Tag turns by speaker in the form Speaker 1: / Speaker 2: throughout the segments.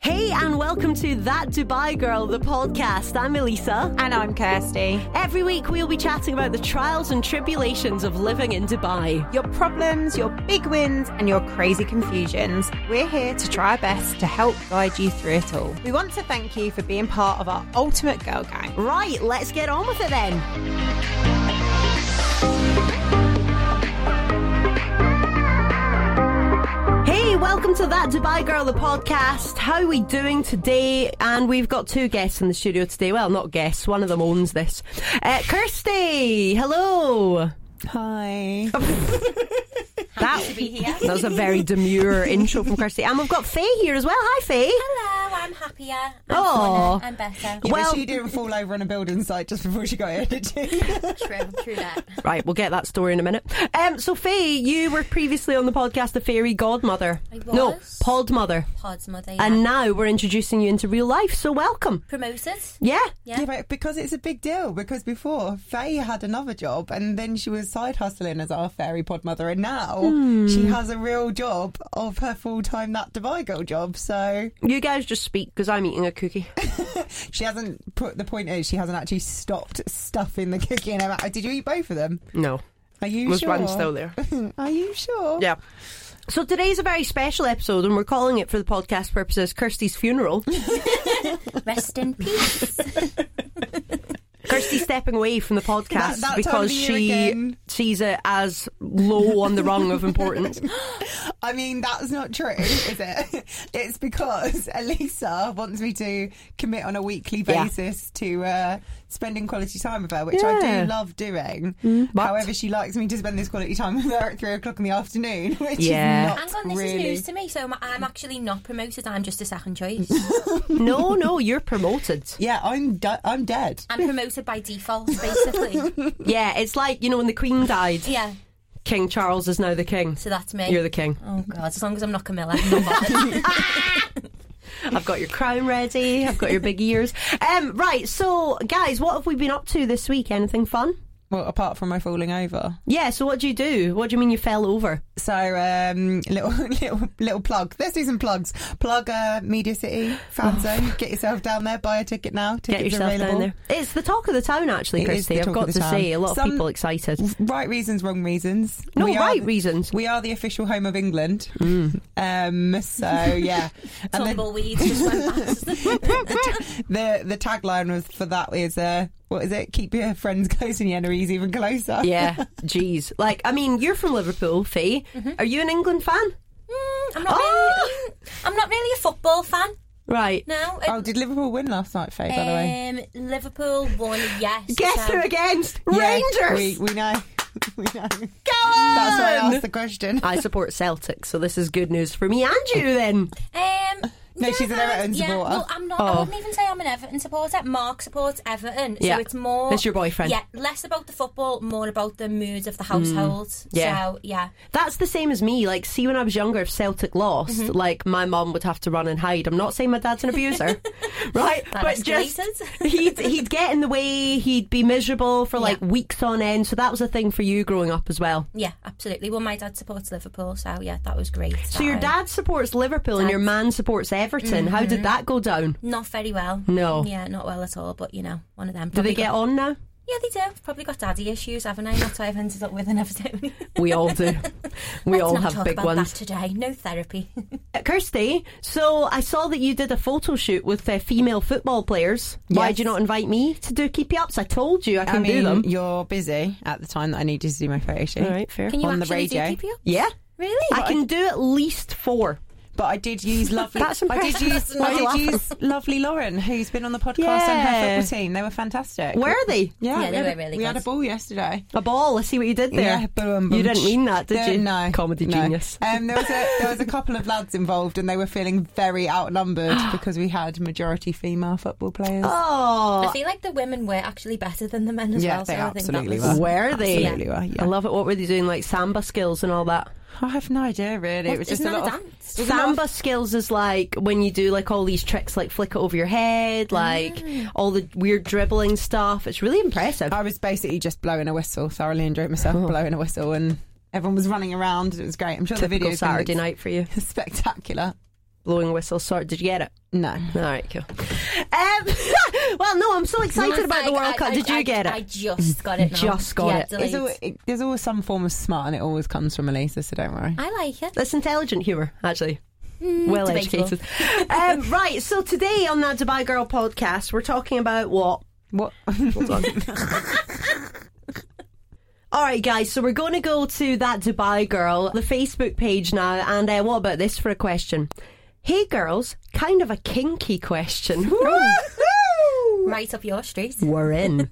Speaker 1: Hey, and welcome to That Dubai Girl, the podcast. I'm Elisa.
Speaker 2: And I'm Kirsty.
Speaker 1: Every week, we'll be chatting about the trials and tribulations of living in Dubai.
Speaker 2: Your problems, your big wins, and your crazy confusions. We're here to try our best to help guide you through it all. We want to thank you for being part of our ultimate girl gang.
Speaker 1: Right, let's get on with it then. Hey, welcome to That Dubai Girl, the podcast. How we doing today? And we've got two guests in the studio today. Well, not guests, one of them owns this. Uh, Kirsty, hello.
Speaker 3: Hi.
Speaker 1: That, that was a very demure intro from Kirsty. And we've got Faye here as well. Hi, Faye.
Speaker 4: Hello, I'm happier. I'm
Speaker 1: Oh.
Speaker 4: funner, I'm better.
Speaker 3: You
Speaker 1: Well-
Speaker 3: wish you didn't fall over on a building site just before she got here, did you?
Speaker 4: True, true that.
Speaker 1: Right, we'll get that story in a minute. Um, so, Faye, you were previously on the podcast The Fairy Godmother.
Speaker 4: I
Speaker 1: No,
Speaker 4: was.
Speaker 1: Podmother.
Speaker 4: Pod's mother. Yeah.
Speaker 1: And now we're introducing you into real life, so welcome.
Speaker 4: promoted.
Speaker 1: Yeah.
Speaker 4: Yeah.
Speaker 3: Yeah, but because it's a big deal. Because before Faye had another job, and then she was side hustling as our fairy pod mother, and now she has a real job of her full time that Dubai girl job. So
Speaker 1: You guys just speak because I'm eating a cookie.
Speaker 3: she hasn't put the point is she hasn't actually stopped stuffing the cookie. In her mouth. Did you eat both of them?
Speaker 1: No,
Speaker 3: Are you
Speaker 1: there's
Speaker 3: sure?
Speaker 1: one still there.
Speaker 3: Are you sure?
Speaker 1: Yeah. So today's a very special episode, and we're calling it for the podcast purposes Kirsty's funeral.
Speaker 4: Rest in peace.
Speaker 1: Kirsty stepping away from the podcast
Speaker 3: That- that time of
Speaker 1: because
Speaker 3: the year
Speaker 1: she
Speaker 3: again.
Speaker 1: sees it as low on the rung of importance.
Speaker 3: I mean, that's not true, is it? It's because Elisa wants me to commit on a weekly
Speaker 1: Yeah.
Speaker 3: basis to uh, spending quality time with her, which I
Speaker 1: Yeah. Mm.
Speaker 3: do love doing.
Speaker 1: but-
Speaker 3: However, she likes me to spend this quality time with her at three o'clock in the afternoon, which
Speaker 1: Yeah.
Speaker 3: is not
Speaker 4: Hang on, this
Speaker 3: really.
Speaker 4: is news to me. So I'm- I'm actually not promoted. I'm just a second choice.
Speaker 1: no, no, you're promoted.
Speaker 3: Yeah, I'm de- I'm dead.
Speaker 4: I'm promoted by default, basically.
Speaker 1: Yeah, it's like, you know, when the Queen died,
Speaker 4: yeah.
Speaker 1: King Charles is now the King.
Speaker 4: So that's me.
Speaker 1: You're the King.
Speaker 4: oh God! As long as I'm not Camilla, I'm not bothered.
Speaker 1: I've got your crown ready, I've got your big ears. Um, right, so, guys, what have we been up to this week? Anything fun?
Speaker 3: Well, apart from my falling over.
Speaker 1: Yeah, so what do you do? What do you mean you fell over?
Speaker 3: So, um, little little little plug. Let's do some plugs. Plug uh, Media City Fan Zone. Get yourself down there. Buy a ticket now. Tickets
Speaker 1: Oh. Get yourself
Speaker 3: are available.
Speaker 1: down there. It's the talk of the town, actually,
Speaker 3: It is
Speaker 1: Kirsty.
Speaker 3: the
Speaker 1: I've
Speaker 3: talk
Speaker 1: got
Speaker 3: of
Speaker 1: to
Speaker 3: the
Speaker 1: say, a
Speaker 3: town.
Speaker 1: lot of
Speaker 3: Some-
Speaker 1: people excited.
Speaker 3: Right reasons, wrong reasons.
Speaker 1: No,
Speaker 3: We are
Speaker 1: right Mm.
Speaker 3: the-
Speaker 1: reasons.
Speaker 3: We are the official home of England. Um, so yeah, and then
Speaker 4: Tumbleweed just went past.
Speaker 3: the the tagline was for that is uh, what is it? Keep your friends close and your enemies even closer.
Speaker 1: yeah, geez. Like, I mean, you're from Liverpool, Faye. Are you an England fan?
Speaker 4: Mm, I'm not. Really, mm, I'm not really a football fan.
Speaker 1: Right.
Speaker 4: No.
Speaker 3: Oh, did Liverpool win last night, Faye? By the
Speaker 1: Eh,
Speaker 3: way,
Speaker 4: um, Liverpool won. Yes.
Speaker 1: Guess
Speaker 4: so-
Speaker 1: who against?
Speaker 3: Yeah,
Speaker 1: Rangers!
Speaker 3: We, we know. We know.
Speaker 1: Go on!
Speaker 3: That's why I asked the question.
Speaker 1: I support Celtic, so this is good news for me and you then.
Speaker 4: Um,
Speaker 3: No, she's an Everton
Speaker 4: yeah,
Speaker 3: supporter.
Speaker 4: Well, I'm not. I wouldn't even say I'm an Everton supporter. Mark supports Everton,
Speaker 1: Oh. Yeah.
Speaker 4: so it's more.
Speaker 1: That's your boyfriend.
Speaker 4: Yeah, less about the football, more about the moods of the household.
Speaker 1: Mm, yeah.
Speaker 4: So yeah,
Speaker 1: That's the same as me. Like, see, when I was younger, if Celtic lost, like my mum would have to run and hide. I'm not saying my dad's an abuser, right?
Speaker 4: That escalated.
Speaker 1: he'd he'd get in the way. He'd be miserable for like weeks on end. So that was a thing for you growing up as well.
Speaker 4: yeah, absolutely. Well, my dad supports Liverpool, so yeah, that um, was great.
Speaker 1: So your dad supports Liverpool and your man supports Everton. How did that go down?
Speaker 4: Not very well.
Speaker 1: No.
Speaker 4: Yeah, not well at all. But you know, one of them.
Speaker 1: Do they get on now?
Speaker 4: Yeah, they do. I've probably got daddy issues, haven't I? That's why I've ended up with an Everton.
Speaker 1: We all do. We all
Speaker 4: Let's not
Speaker 1: have
Speaker 4: talk
Speaker 1: big
Speaker 4: about
Speaker 1: ones.
Speaker 4: That today, no therapy.
Speaker 1: Uh, Kirsty, so I saw that you did a photo shoot with uh, female football players. Why
Speaker 3: Yes.
Speaker 1: did you not invite me to do keepy ups? I told you I can
Speaker 3: I
Speaker 1: do
Speaker 3: mean,
Speaker 1: them.
Speaker 3: you're busy at the time that I need you to do my photo shoot.
Speaker 1: All right, fair.
Speaker 4: Can you
Speaker 3: On the
Speaker 4: actually do
Speaker 3: radio.
Speaker 4: keep you up?
Speaker 1: Yeah.
Speaker 4: Really?
Speaker 1: I can do at least four.
Speaker 3: But I did use lovely.
Speaker 1: That's
Speaker 3: I did
Speaker 1: impressive.
Speaker 3: use.
Speaker 1: Why
Speaker 3: I
Speaker 1: are you
Speaker 3: did
Speaker 1: laughing?
Speaker 3: use lovely Lauren, who's been on the podcast and
Speaker 1: Yeah.
Speaker 3: her football team. They were fantastic.
Speaker 1: Were they?
Speaker 3: Yeah,
Speaker 4: Yeah,
Speaker 3: we
Speaker 4: they
Speaker 3: had
Speaker 4: were
Speaker 3: a-
Speaker 4: really
Speaker 3: We had a
Speaker 4: good.
Speaker 3: ball yesterday.
Speaker 1: A ball. I see what you did there.
Speaker 3: Yeah, boom, boom.
Speaker 1: you didn't mean that, did
Speaker 3: Don't-
Speaker 1: you?
Speaker 3: No,
Speaker 1: Comedy
Speaker 3: no.
Speaker 1: genius.
Speaker 3: Um, there was a there was a couple of lads involved, and they were feeling very outnumbered because we had majority female football players.
Speaker 1: Oh,
Speaker 4: I feel like the women were actually better than the men as
Speaker 3: Yeah,
Speaker 4: well.
Speaker 3: they
Speaker 4: so I think
Speaker 3: absolutely
Speaker 4: that was,
Speaker 3: were.
Speaker 1: were they?
Speaker 3: Absolutely were, yeah.
Speaker 1: I love it. What were they doing? Like samba skills and all that.
Speaker 3: I have no idea, really.
Speaker 4: What-
Speaker 3: it was just
Speaker 4: isn't
Speaker 3: a
Speaker 4: that
Speaker 3: lot
Speaker 4: a
Speaker 3: of
Speaker 4: dance?
Speaker 3: it was a lot of-
Speaker 1: Samba skills is like when you do like all these tricks, like flick it over your head, like all the weird dribbling stuff. It's really impressive.
Speaker 3: I was basically just blowing a whistle. Thoroughly enjoyed myself blowing a whistle, and everyone was running around. It was great. I'm sure the
Speaker 1: Typical
Speaker 3: video
Speaker 1: Saturday night for you.
Speaker 3: spectacular.
Speaker 1: Blowing whistle sort. Did you get it?
Speaker 3: No.
Speaker 1: All right, cool. Um, well, no, I'm so excited
Speaker 4: Last
Speaker 1: about the
Speaker 4: night,
Speaker 1: World
Speaker 4: I-
Speaker 1: Cup.
Speaker 4: I-
Speaker 1: Did you
Speaker 4: I-
Speaker 1: get it?
Speaker 4: I just got it. now.
Speaker 1: Just got
Speaker 4: Yeah,
Speaker 1: it.
Speaker 4: delayed.
Speaker 3: It's al it, there's always some form of smart, and it always comes from Elisa, so don't worry.
Speaker 4: I like it.
Speaker 1: That's intelligent humour, actually. well
Speaker 4: debatable.
Speaker 1: educated. um, right, so today on that Dubai Girl podcast, we're talking about what?
Speaker 3: What?
Speaker 1: All right, guys, so we're going to go to that Dubai Girl, the Facebook page now, and uh, what about this for a question? Hey, girls, kind of a kinky question. Woohoo!
Speaker 4: Right up your street.
Speaker 1: We're in.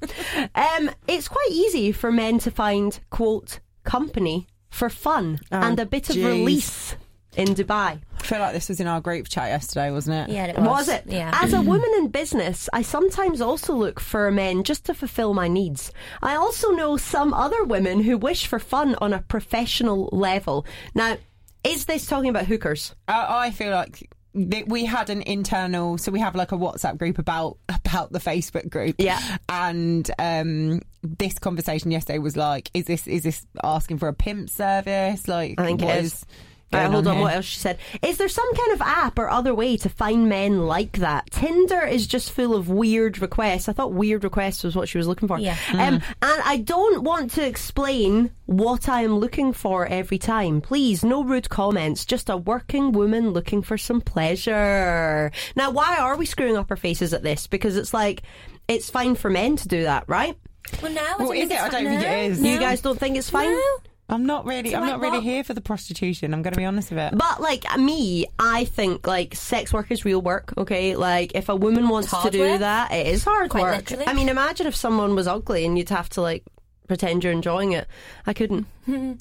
Speaker 1: um, it's quite easy for men to find, quote, company for fun
Speaker 3: Oh,
Speaker 1: and a bit of
Speaker 3: jeez.
Speaker 1: release in Dubai.
Speaker 3: I feel like this was in our group chat yesterday, wasn't it?
Speaker 4: Yeah, it was.
Speaker 1: Was it? Ah.
Speaker 4: Yeah.
Speaker 1: As a woman in business, I sometimes also look for men just to fulfill my needs. I also know some other women who wish for fun on a professional level. Now, is this talking about hookers?
Speaker 3: I, I feel like that we had an internal, so we have like a WhatsApp group about about the Facebook group.
Speaker 1: Yeah.
Speaker 3: and um, this conversation yesterday was like, is this is this asking for a pimp service? Like,
Speaker 1: I think
Speaker 3: what
Speaker 1: it is.
Speaker 3: going
Speaker 1: Uh, hold on,
Speaker 3: here?
Speaker 1: what else she said? Is there some kind of app or other way to find men like that? Tinder is just full of weird requests. I thought weird requests was what she was looking for.
Speaker 4: Yeah.
Speaker 1: Um, and I don't want to explain what I am looking for every time. Please, no rude comments. Just a working woman looking for some pleasure. Now, why are we screwing up our faces at this? Because it's like it's fine for men to do that, right?
Speaker 4: Well, now
Speaker 3: Well, is it? I don't think it is.
Speaker 1: You guys don't think it's fine?
Speaker 4: No.
Speaker 3: I'm not really, I'm
Speaker 4: like,
Speaker 3: not really
Speaker 4: what?
Speaker 3: here for the prostitution. I'm going to be honest with it.
Speaker 1: But like me, I think like sex work is real work. Okay, like if a woman wants to
Speaker 4: hard
Speaker 1: do
Speaker 4: work.
Speaker 1: that, it is hard
Speaker 4: Quite
Speaker 1: work.
Speaker 4: literally.
Speaker 1: I mean, imagine if someone was ugly and you'd have to like pretend you're enjoying it. I couldn't.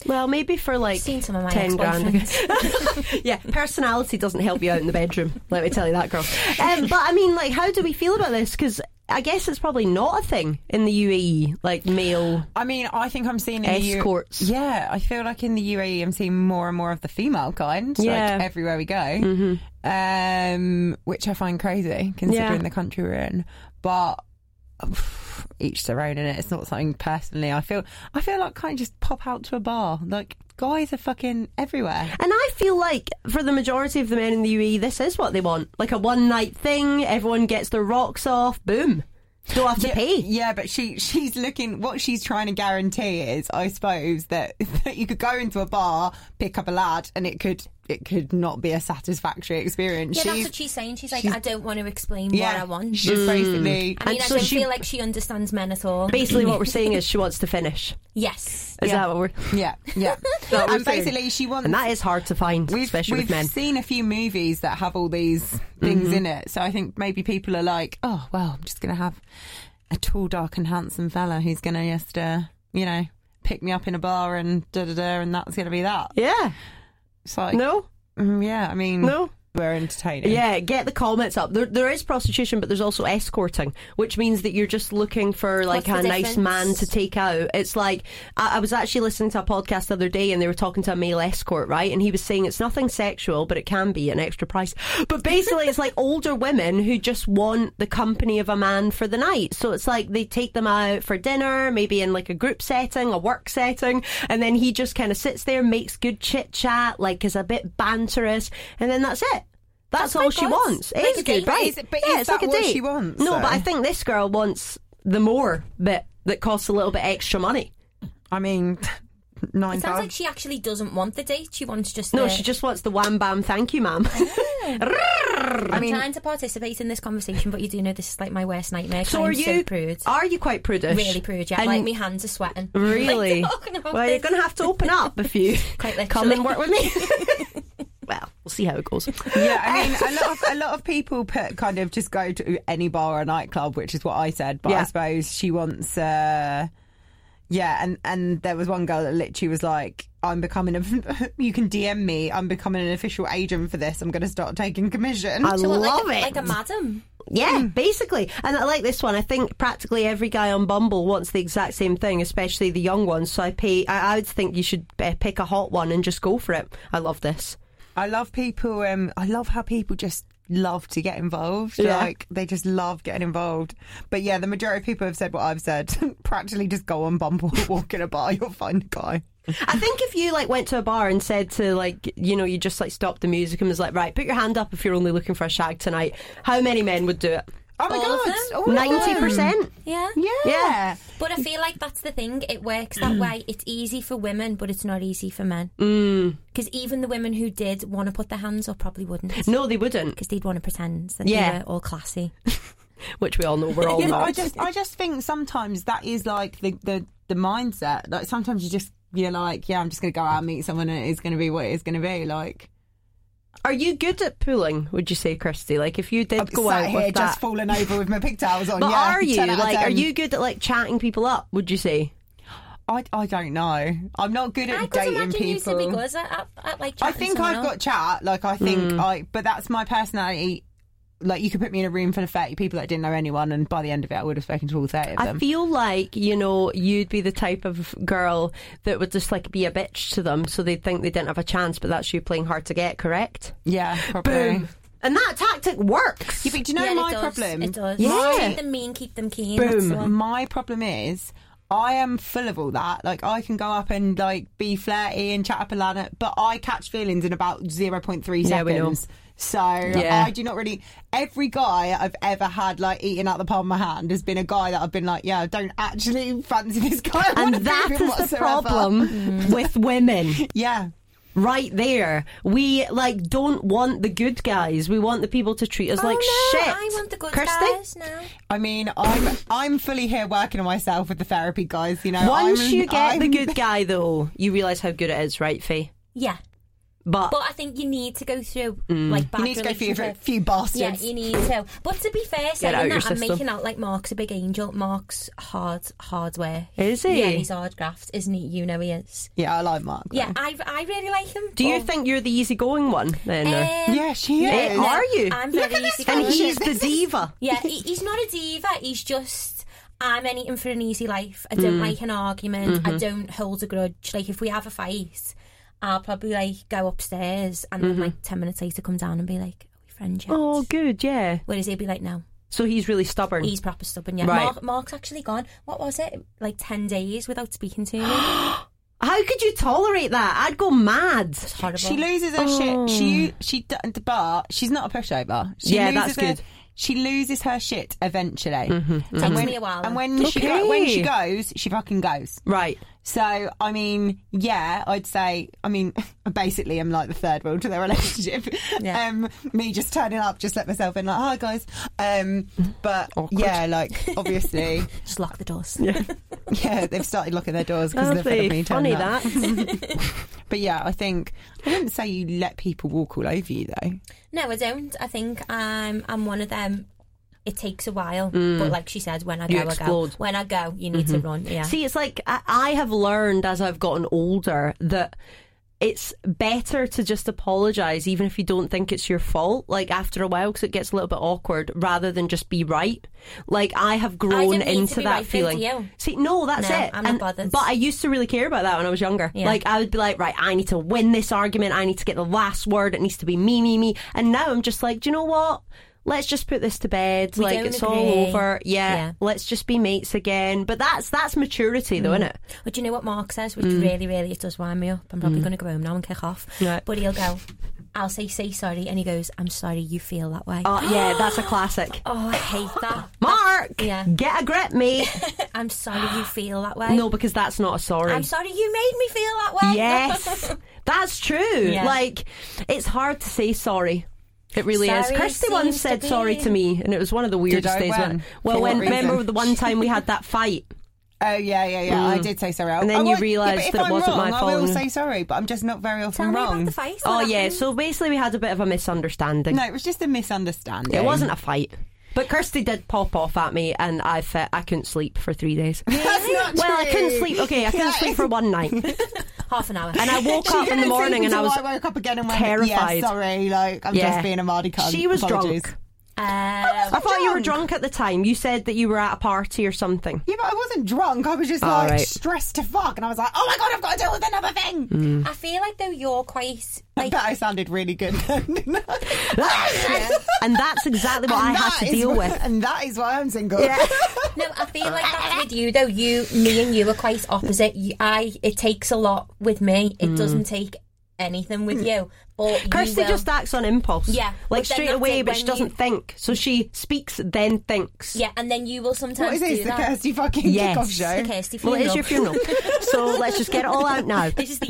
Speaker 1: well, maybe for like
Speaker 4: Seen some of my
Speaker 1: ten grand.
Speaker 4: ex-boyfriends.
Speaker 1: yeah, personality doesn't help you out in the bedroom. let me tell you that, girl. Um, but I mean, like, how do we feel about this? Because I guess it's probably not a thing in the UAE, like male.
Speaker 3: I mean, I think I'm seeing in the U-
Speaker 1: Escorts.
Speaker 3: yeah, I feel like in the UAE, I'm seeing more and more of the female kind.
Speaker 1: Yeah.
Speaker 3: like everywhere we go, um, which I find crazy considering
Speaker 1: Yeah.
Speaker 3: the country we're in. But pff, each their own, in it. It's not something personally. I feel, I feel like kind of just pop out to a bar. Like guys are fucking everywhere.
Speaker 1: And I feel like for the majority of the men in the UAE, this is what they want. Like a one night thing, everyone gets their rocks off, boom. Don't have to
Speaker 3: Yeah,
Speaker 1: pay.
Speaker 3: Yeah, but she she's looking. What she's trying to guarantee is, I suppose, that, that you could go into a bar, pick up a lad, and it could it could not be a satisfactory experience.
Speaker 4: Yeah, that's
Speaker 3: she's,
Speaker 4: what she's saying. She's like,
Speaker 3: she's-
Speaker 4: I don't want to explain
Speaker 3: yeah,
Speaker 4: what I want.
Speaker 3: She's basically.
Speaker 4: I mean,
Speaker 1: And
Speaker 4: I
Speaker 1: so
Speaker 4: don't
Speaker 1: she-
Speaker 4: feel like she understands men at all.
Speaker 1: Basically, what we're saying is she wants to finish.
Speaker 4: yes.
Speaker 1: Is that what we're.
Speaker 3: Yeah, yeah.
Speaker 1: That was
Speaker 3: and basically, she wants.
Speaker 1: And that is hard to find,
Speaker 3: We've,
Speaker 1: especially
Speaker 3: we've
Speaker 1: with men. Mm-hmm.
Speaker 3: seen a few movies that have all these things in it, so I think maybe people are like, "Oh, well, I'm just going to have a tall, dark, and handsome fella who's going to just, uh, you know, pick me up in a bar and da da da, and that's going to be that."
Speaker 1: Yeah.
Speaker 3: It's like,
Speaker 1: No?
Speaker 3: Mm, yeah, I mean,
Speaker 1: No?
Speaker 3: we're entertaining.
Speaker 1: Yeah, get the comments up. There, there is prostitution, but there's also escorting, which means that you're just looking for like
Speaker 4: What's
Speaker 1: a
Speaker 4: the
Speaker 1: nice
Speaker 4: difference?
Speaker 1: man to take out. It's like I, I was actually listening to a podcast the other day, and they were talking to a male escort, right? And he was saying it's nothing sexual, but it can be an extra price. But basically, it's like older women who just want the company of a man for the night. So it's like they take them out for dinner, maybe in like a group setting, a work setting, and then he just kind of sits there, makes good chit chat, like is a bit banterous, and then that's it. That's, all
Speaker 4: quite
Speaker 1: she
Speaker 4: good.
Speaker 1: wants. It
Speaker 4: Like
Speaker 1: is
Speaker 4: a
Speaker 1: good,
Speaker 4: date.
Speaker 1: right?
Speaker 3: Is it- but
Speaker 1: yeah,
Speaker 3: is
Speaker 1: it's
Speaker 3: that
Speaker 1: like a
Speaker 3: what
Speaker 1: date.
Speaker 3: she wants,
Speaker 1: No,
Speaker 3: though?
Speaker 1: but I think this girl wants the more bit that costs a little bit extra money.
Speaker 3: I mean, nine
Speaker 4: It sounds like
Speaker 3: thousand.
Speaker 4: she actually doesn't want the date. She wants just
Speaker 1: No,
Speaker 4: the-
Speaker 1: she just wants the wham bam thank you, ma'am.
Speaker 4: Ah. I'm trying to participate in this conversation, but you do know this is like my worst nightmare. 'cause
Speaker 1: so
Speaker 4: I'm
Speaker 1: are you?
Speaker 4: so prude.
Speaker 1: Are you quite prudish?
Speaker 4: Really prude, yeah.
Speaker 1: And-
Speaker 4: like, my hands are sweating.
Speaker 1: Really?
Speaker 4: Like, talking about
Speaker 1: well, you're
Speaker 4: this.
Speaker 1: going to have to open up if you
Speaker 4: Quite
Speaker 1: come and work with
Speaker 4: literally.
Speaker 1: me. well, we'll see how it goes.
Speaker 3: Yeah, I mean, a lot of a lot of people put kind of just go to any bar or nightclub, which is what I said. But
Speaker 1: Yeah.
Speaker 3: I suppose she wants. uh yeah, and, and there was one girl that literally was like, "I'm becoming a, you can DM me. I'm becoming an official agent for this. I'm going to start taking commission."
Speaker 1: I
Speaker 4: So what, like
Speaker 1: love
Speaker 4: a-
Speaker 1: it.
Speaker 4: Like a madam.
Speaker 3: Hmm.
Speaker 1: Yeah, basically. And I like this one. I think practically every guy on Bumble wants the exact same thing, especially the young ones. So I pay. I, I would think you should uh, pick a hot one and just go for it. I love this.
Speaker 3: I love people. Um, I love how people just love to get involved.
Speaker 1: Yeah.
Speaker 3: Like they just love getting involved. But yeah, the majority of people have said what I've said. Practically, just go on Bumble, walk in a bar, you'll find a guy.
Speaker 1: I think if you like went to a bar and said to like you know you just like stopped the music and was like right put your hand up if you're only looking for a shag tonight, how many men would do it?
Speaker 3: Oh my
Speaker 4: All of
Speaker 3: god!
Speaker 4: them?
Speaker 3: all of
Speaker 1: Ninety percent.
Speaker 4: Yeah.
Speaker 3: them. Yeah.
Speaker 1: Yeah.
Speaker 4: But I feel like that's the thing. It works that way. It's easy for women, but it's not easy for men.
Speaker 1: Mm.
Speaker 4: Because even the women who did want to put their hands up probably wouldn't. Because
Speaker 1: No, they wouldn't.
Speaker 4: they'd want to pretend that
Speaker 1: Yeah.
Speaker 4: they were all classy.
Speaker 1: Which we all know we're all
Speaker 3: Yeah, but
Speaker 1: not.
Speaker 3: I just, I just think sometimes that is like the, the, the mindset. Like sometimes you just, you're like, yeah, I'm just going to go out and meet someone and it's going to be what it's going to be. Like,
Speaker 1: Are you good at pulling? Would you say, Christy? Like if you did
Speaker 3: I'm
Speaker 1: go
Speaker 3: sat
Speaker 1: out
Speaker 3: here
Speaker 1: with
Speaker 3: just
Speaker 1: that.
Speaker 3: falling over with my pigtails on.
Speaker 1: But
Speaker 3: yeah,
Speaker 1: are you
Speaker 3: 10 out of
Speaker 1: like? Are
Speaker 3: 10.
Speaker 1: you good at like chatting people up? Would you say?
Speaker 3: I, I don't know. I'm not good at
Speaker 4: I could
Speaker 3: dating
Speaker 4: imagine you to
Speaker 3: people.
Speaker 4: be good at, at, at like
Speaker 3: I
Speaker 4: chatting
Speaker 3: think
Speaker 4: someone
Speaker 3: I've
Speaker 4: up.
Speaker 3: got chat. Like I think I, but that's my personality. Like you could put me in a room full of thirty people that didn't know anyone, and by the end of it, I would have spoken to all thirty of
Speaker 1: I
Speaker 3: them.
Speaker 1: feel like you know you'd be the type of girl that would just like be a bitch to them, so they'd think they didn't have a chance. But that's you playing hard to get, correct?
Speaker 3: yeah, probably.
Speaker 1: And that tactic works.
Speaker 3: Yeah, but do you know
Speaker 4: Yeah,
Speaker 3: my
Speaker 4: it does.
Speaker 3: problem?
Speaker 4: It does.
Speaker 1: Yeah.
Speaker 4: Keep them mean, keep them keen. That's the
Speaker 3: Boom.
Speaker 4: one.
Speaker 3: My problem is I am full of all that. Like I can go up and like be flirty and chat up a ladder, but I catch feelings in about zero point three
Speaker 1: Yeah, we know.
Speaker 3: seconds. So
Speaker 1: Yeah.
Speaker 3: I do not really. Every guy I've ever had like eating out the palm of my hand has been a guy that I've been like, yeah, I don't actually fancy this guy. I
Speaker 1: and
Speaker 3: wanna be
Speaker 1: that
Speaker 3: with
Speaker 1: is the
Speaker 3: whatsoever.
Speaker 1: problem with women.
Speaker 3: Yeah.
Speaker 1: Right there, we like don't want the good guys. We want the people to treat us
Speaker 4: Oh,
Speaker 1: like
Speaker 4: no,
Speaker 1: shit.
Speaker 4: I want the good
Speaker 1: Kirsty?
Speaker 4: guys now.
Speaker 3: I mean, I'm I'm fully here working on myself with the therapy guys. You know,
Speaker 1: Once
Speaker 3: I'm-
Speaker 1: you get the
Speaker 3: I'm-
Speaker 1: good guy, though, you realise how good it is, right, Faye?
Speaker 4: Yeah.
Speaker 1: But,
Speaker 4: But I think you need to go through like bad
Speaker 3: you need to go for a
Speaker 4: relationships.
Speaker 3: few bastards.
Speaker 4: Yeah, you need to. But to be fair, saying
Speaker 1: out
Speaker 4: that,
Speaker 1: your
Speaker 4: I'm
Speaker 1: system.
Speaker 4: making out like Mark's a big angel. Mark's hard, hardware.
Speaker 1: Is he?
Speaker 4: Yeah, he's hard graft, isn't he? You know he is.
Speaker 3: Yeah, I like Mark.
Speaker 4: Yeah, I, I really like him.
Speaker 1: do you
Speaker 4: but-
Speaker 1: think you're the easygoing one then? or-
Speaker 4: Um,
Speaker 3: Yeah, she
Speaker 4: no,
Speaker 3: is.
Speaker 4: no,
Speaker 1: Are you?
Speaker 4: I'm
Speaker 3: Look
Speaker 4: very
Speaker 3: at this
Speaker 4: easygoing.
Speaker 1: and he's the diva.
Speaker 4: Yeah, he, he's not a diva. He's just I'm anything for an easy life. I
Speaker 1: Mm.
Speaker 4: don't like an argument.
Speaker 1: Mm-hmm.
Speaker 4: I don't hold a grudge. Like if we have a fight, I'll probably like go upstairs and then like ten minutes later come down and be like, "Are we friends yet?"
Speaker 1: Mm-hmm. Oh, good, yeah.
Speaker 4: Whereas he'd be like, "No,
Speaker 1: So he's really stubborn.
Speaker 4: he's proper stubborn." Yeah,
Speaker 1: Right.
Speaker 4: Mark, Mark's actually gone. What was it? Like ten days without speaking to me.
Speaker 1: How could you tolerate that? I'd go mad.
Speaker 4: It's horrible.
Speaker 1: Oh.
Speaker 3: She loses her shit. She she d- but she's not a pushover. She
Speaker 1: Yeah,
Speaker 3: loses
Speaker 1: that's
Speaker 3: her,
Speaker 1: good. Mm-hmm.
Speaker 3: She loses her shit eventually.
Speaker 4: Takes me a while.
Speaker 3: And when she
Speaker 1: Okay.
Speaker 3: go, when she goes, she fucking goes.
Speaker 1: Right.
Speaker 3: So I mean, yeah, I'd say. I mean, I basically, I'm like the third world to their relationship.
Speaker 4: Yeah.
Speaker 3: Um, me just turning up, just let myself in, like, hi guys. Um, but yeah, like obviously,
Speaker 4: just lock the doors.
Speaker 3: yeah, they've started locking their doors because they're fed
Speaker 1: Lovely.
Speaker 3: of me turning
Speaker 1: Funny
Speaker 3: up.
Speaker 1: that.
Speaker 3: But yeah, I think I wouldn't say you let people walk all over you though.
Speaker 4: No, I don't. I think I'm I'm one of them. It takes a while, but like she said, when I
Speaker 1: Mm. You
Speaker 4: go,
Speaker 1: explode.
Speaker 4: I go. When I go, you need to run. Yeah.
Speaker 1: See, it's like I, I have learned as I've gotten older that it's better to just apologize, even if you don't think it's your fault. Like after a while, because it gets a little bit awkward, rather than just be right. Like I have grown
Speaker 4: don't need to
Speaker 1: into
Speaker 4: be
Speaker 1: that
Speaker 4: right, though,
Speaker 1: feeling.
Speaker 4: do you?
Speaker 1: See, no, that's
Speaker 4: No,
Speaker 1: it.
Speaker 4: I'm not
Speaker 1: And-
Speaker 4: bothered.
Speaker 1: But I used to really care about that when I was younger.
Speaker 4: Yeah.
Speaker 1: Like I would be like, right, I need to win this argument. I need to get the last word. It needs to be me, me, me. And now I'm just like, do you know what? Let's just put this to bed.
Speaker 4: We
Speaker 1: like
Speaker 4: don't
Speaker 1: it's
Speaker 4: agree.
Speaker 1: all over. Yeah,
Speaker 4: Yeah.
Speaker 1: let's just be mates again. But that's that's maturity,
Speaker 4: Mm.
Speaker 1: though, isn't it?
Speaker 4: But do you know what Mark says, which
Speaker 1: Hmm.
Speaker 4: really, really, it does wind me up. I'm probably going to go home now and kick off.
Speaker 1: Right.
Speaker 4: But he'll go, I'll say, say sorry. And he goes, I'm sorry you feel that way.
Speaker 1: Oh yeah, that's a classic.
Speaker 4: oh, I hate that.
Speaker 1: Mark,
Speaker 4: Yeah.
Speaker 1: get a grip, mate.
Speaker 4: I'm sorry you feel that way.
Speaker 1: no, because that's not a sorry.
Speaker 4: I'm sorry you made me feel that way.
Speaker 1: yes, that's true.
Speaker 4: Yeah.
Speaker 1: Like it's hard to say sorry. It really is.
Speaker 4: Sorry
Speaker 1: Christy once
Speaker 4: seems to
Speaker 1: said sorry
Speaker 4: be-
Speaker 1: to me, and it was one of the weirdest
Speaker 3: I?
Speaker 1: days.
Speaker 3: When?
Speaker 1: wasn't it? Well,
Speaker 3: For
Speaker 1: when
Speaker 3: what reason?
Speaker 1: remember the one time we had that fight?
Speaker 3: Oh yeah, yeah, yeah. I did say sorry, I-
Speaker 1: Mm. And then
Speaker 3: I
Speaker 1: you
Speaker 3: won't-
Speaker 1: realised
Speaker 3: yeah, but if
Speaker 1: that it
Speaker 3: I'm
Speaker 1: wasn't
Speaker 3: wrong,
Speaker 1: my
Speaker 3: I will
Speaker 1: fault.
Speaker 3: say sorry, but I'm just not very often
Speaker 4: Tell me
Speaker 3: wrong.
Speaker 4: about the face.
Speaker 1: Oh yeah. So basically, we had a bit of a misunderstanding.
Speaker 3: No, it was just a misunderstanding.
Speaker 1: It wasn't a fight. But Kirsty did pop off at me, and I fe- I couldn't sleep for three days.
Speaker 3: That's not
Speaker 1: Well, I
Speaker 3: true.
Speaker 1: couldn't sleep. Okay, I couldn't
Speaker 3: Yeah.
Speaker 1: sleep for one night, and
Speaker 4: half an hour.
Speaker 1: I woke
Speaker 3: She
Speaker 1: up in the
Speaker 3: didn't
Speaker 1: morning,
Speaker 3: sleep
Speaker 1: and I
Speaker 3: until
Speaker 1: was
Speaker 3: I woke up again and went,
Speaker 1: terrified.
Speaker 3: Yeah, sorry, like I'm
Speaker 1: Yeah.
Speaker 3: just being a mardy cunt.
Speaker 1: She was
Speaker 3: Apologies.
Speaker 1: drunk.
Speaker 4: Um,
Speaker 1: I thought you were drunk at the time. You said that you were at a party or something.
Speaker 3: Yeah, but I wasn't drunk. I was just
Speaker 1: All
Speaker 3: like
Speaker 1: right. Mm.
Speaker 3: stressed to fuck, and I was like, oh my god, I've got to deal with another thing.
Speaker 4: I feel like though you're quite
Speaker 3: I
Speaker 4: like
Speaker 3: bet I sounded really good. then.
Speaker 1: and that's exactly what I
Speaker 3: And
Speaker 1: had
Speaker 3: that
Speaker 1: to
Speaker 3: is
Speaker 1: deal
Speaker 3: why-
Speaker 1: with.
Speaker 3: and that is why I'm single.
Speaker 1: Yeah.
Speaker 4: No, I feel like that's with you though. You, me, and you are quite opposite. You, I, it takes a lot with me. It doesn't take anything with you. But you
Speaker 1: Mm. Kirsty
Speaker 4: will-
Speaker 1: just acts on impulse.
Speaker 4: Yeah,
Speaker 1: Like
Speaker 4: but then
Speaker 1: straight
Speaker 4: that's
Speaker 1: away,
Speaker 4: it
Speaker 1: but she
Speaker 4: when
Speaker 1: doesn't
Speaker 4: you-
Speaker 1: think. So she speaks, then thinks.
Speaker 4: yeah, and then you will sometimes
Speaker 3: What is
Speaker 4: do
Speaker 3: this? The
Speaker 4: that.
Speaker 3: Kirsty fucking
Speaker 1: Yes.
Speaker 3: kickoff show?
Speaker 4: The Kirsty
Speaker 1: Well, it is your
Speaker 4: funeral.
Speaker 1: funeral. so let's just get it all out now.
Speaker 4: This is the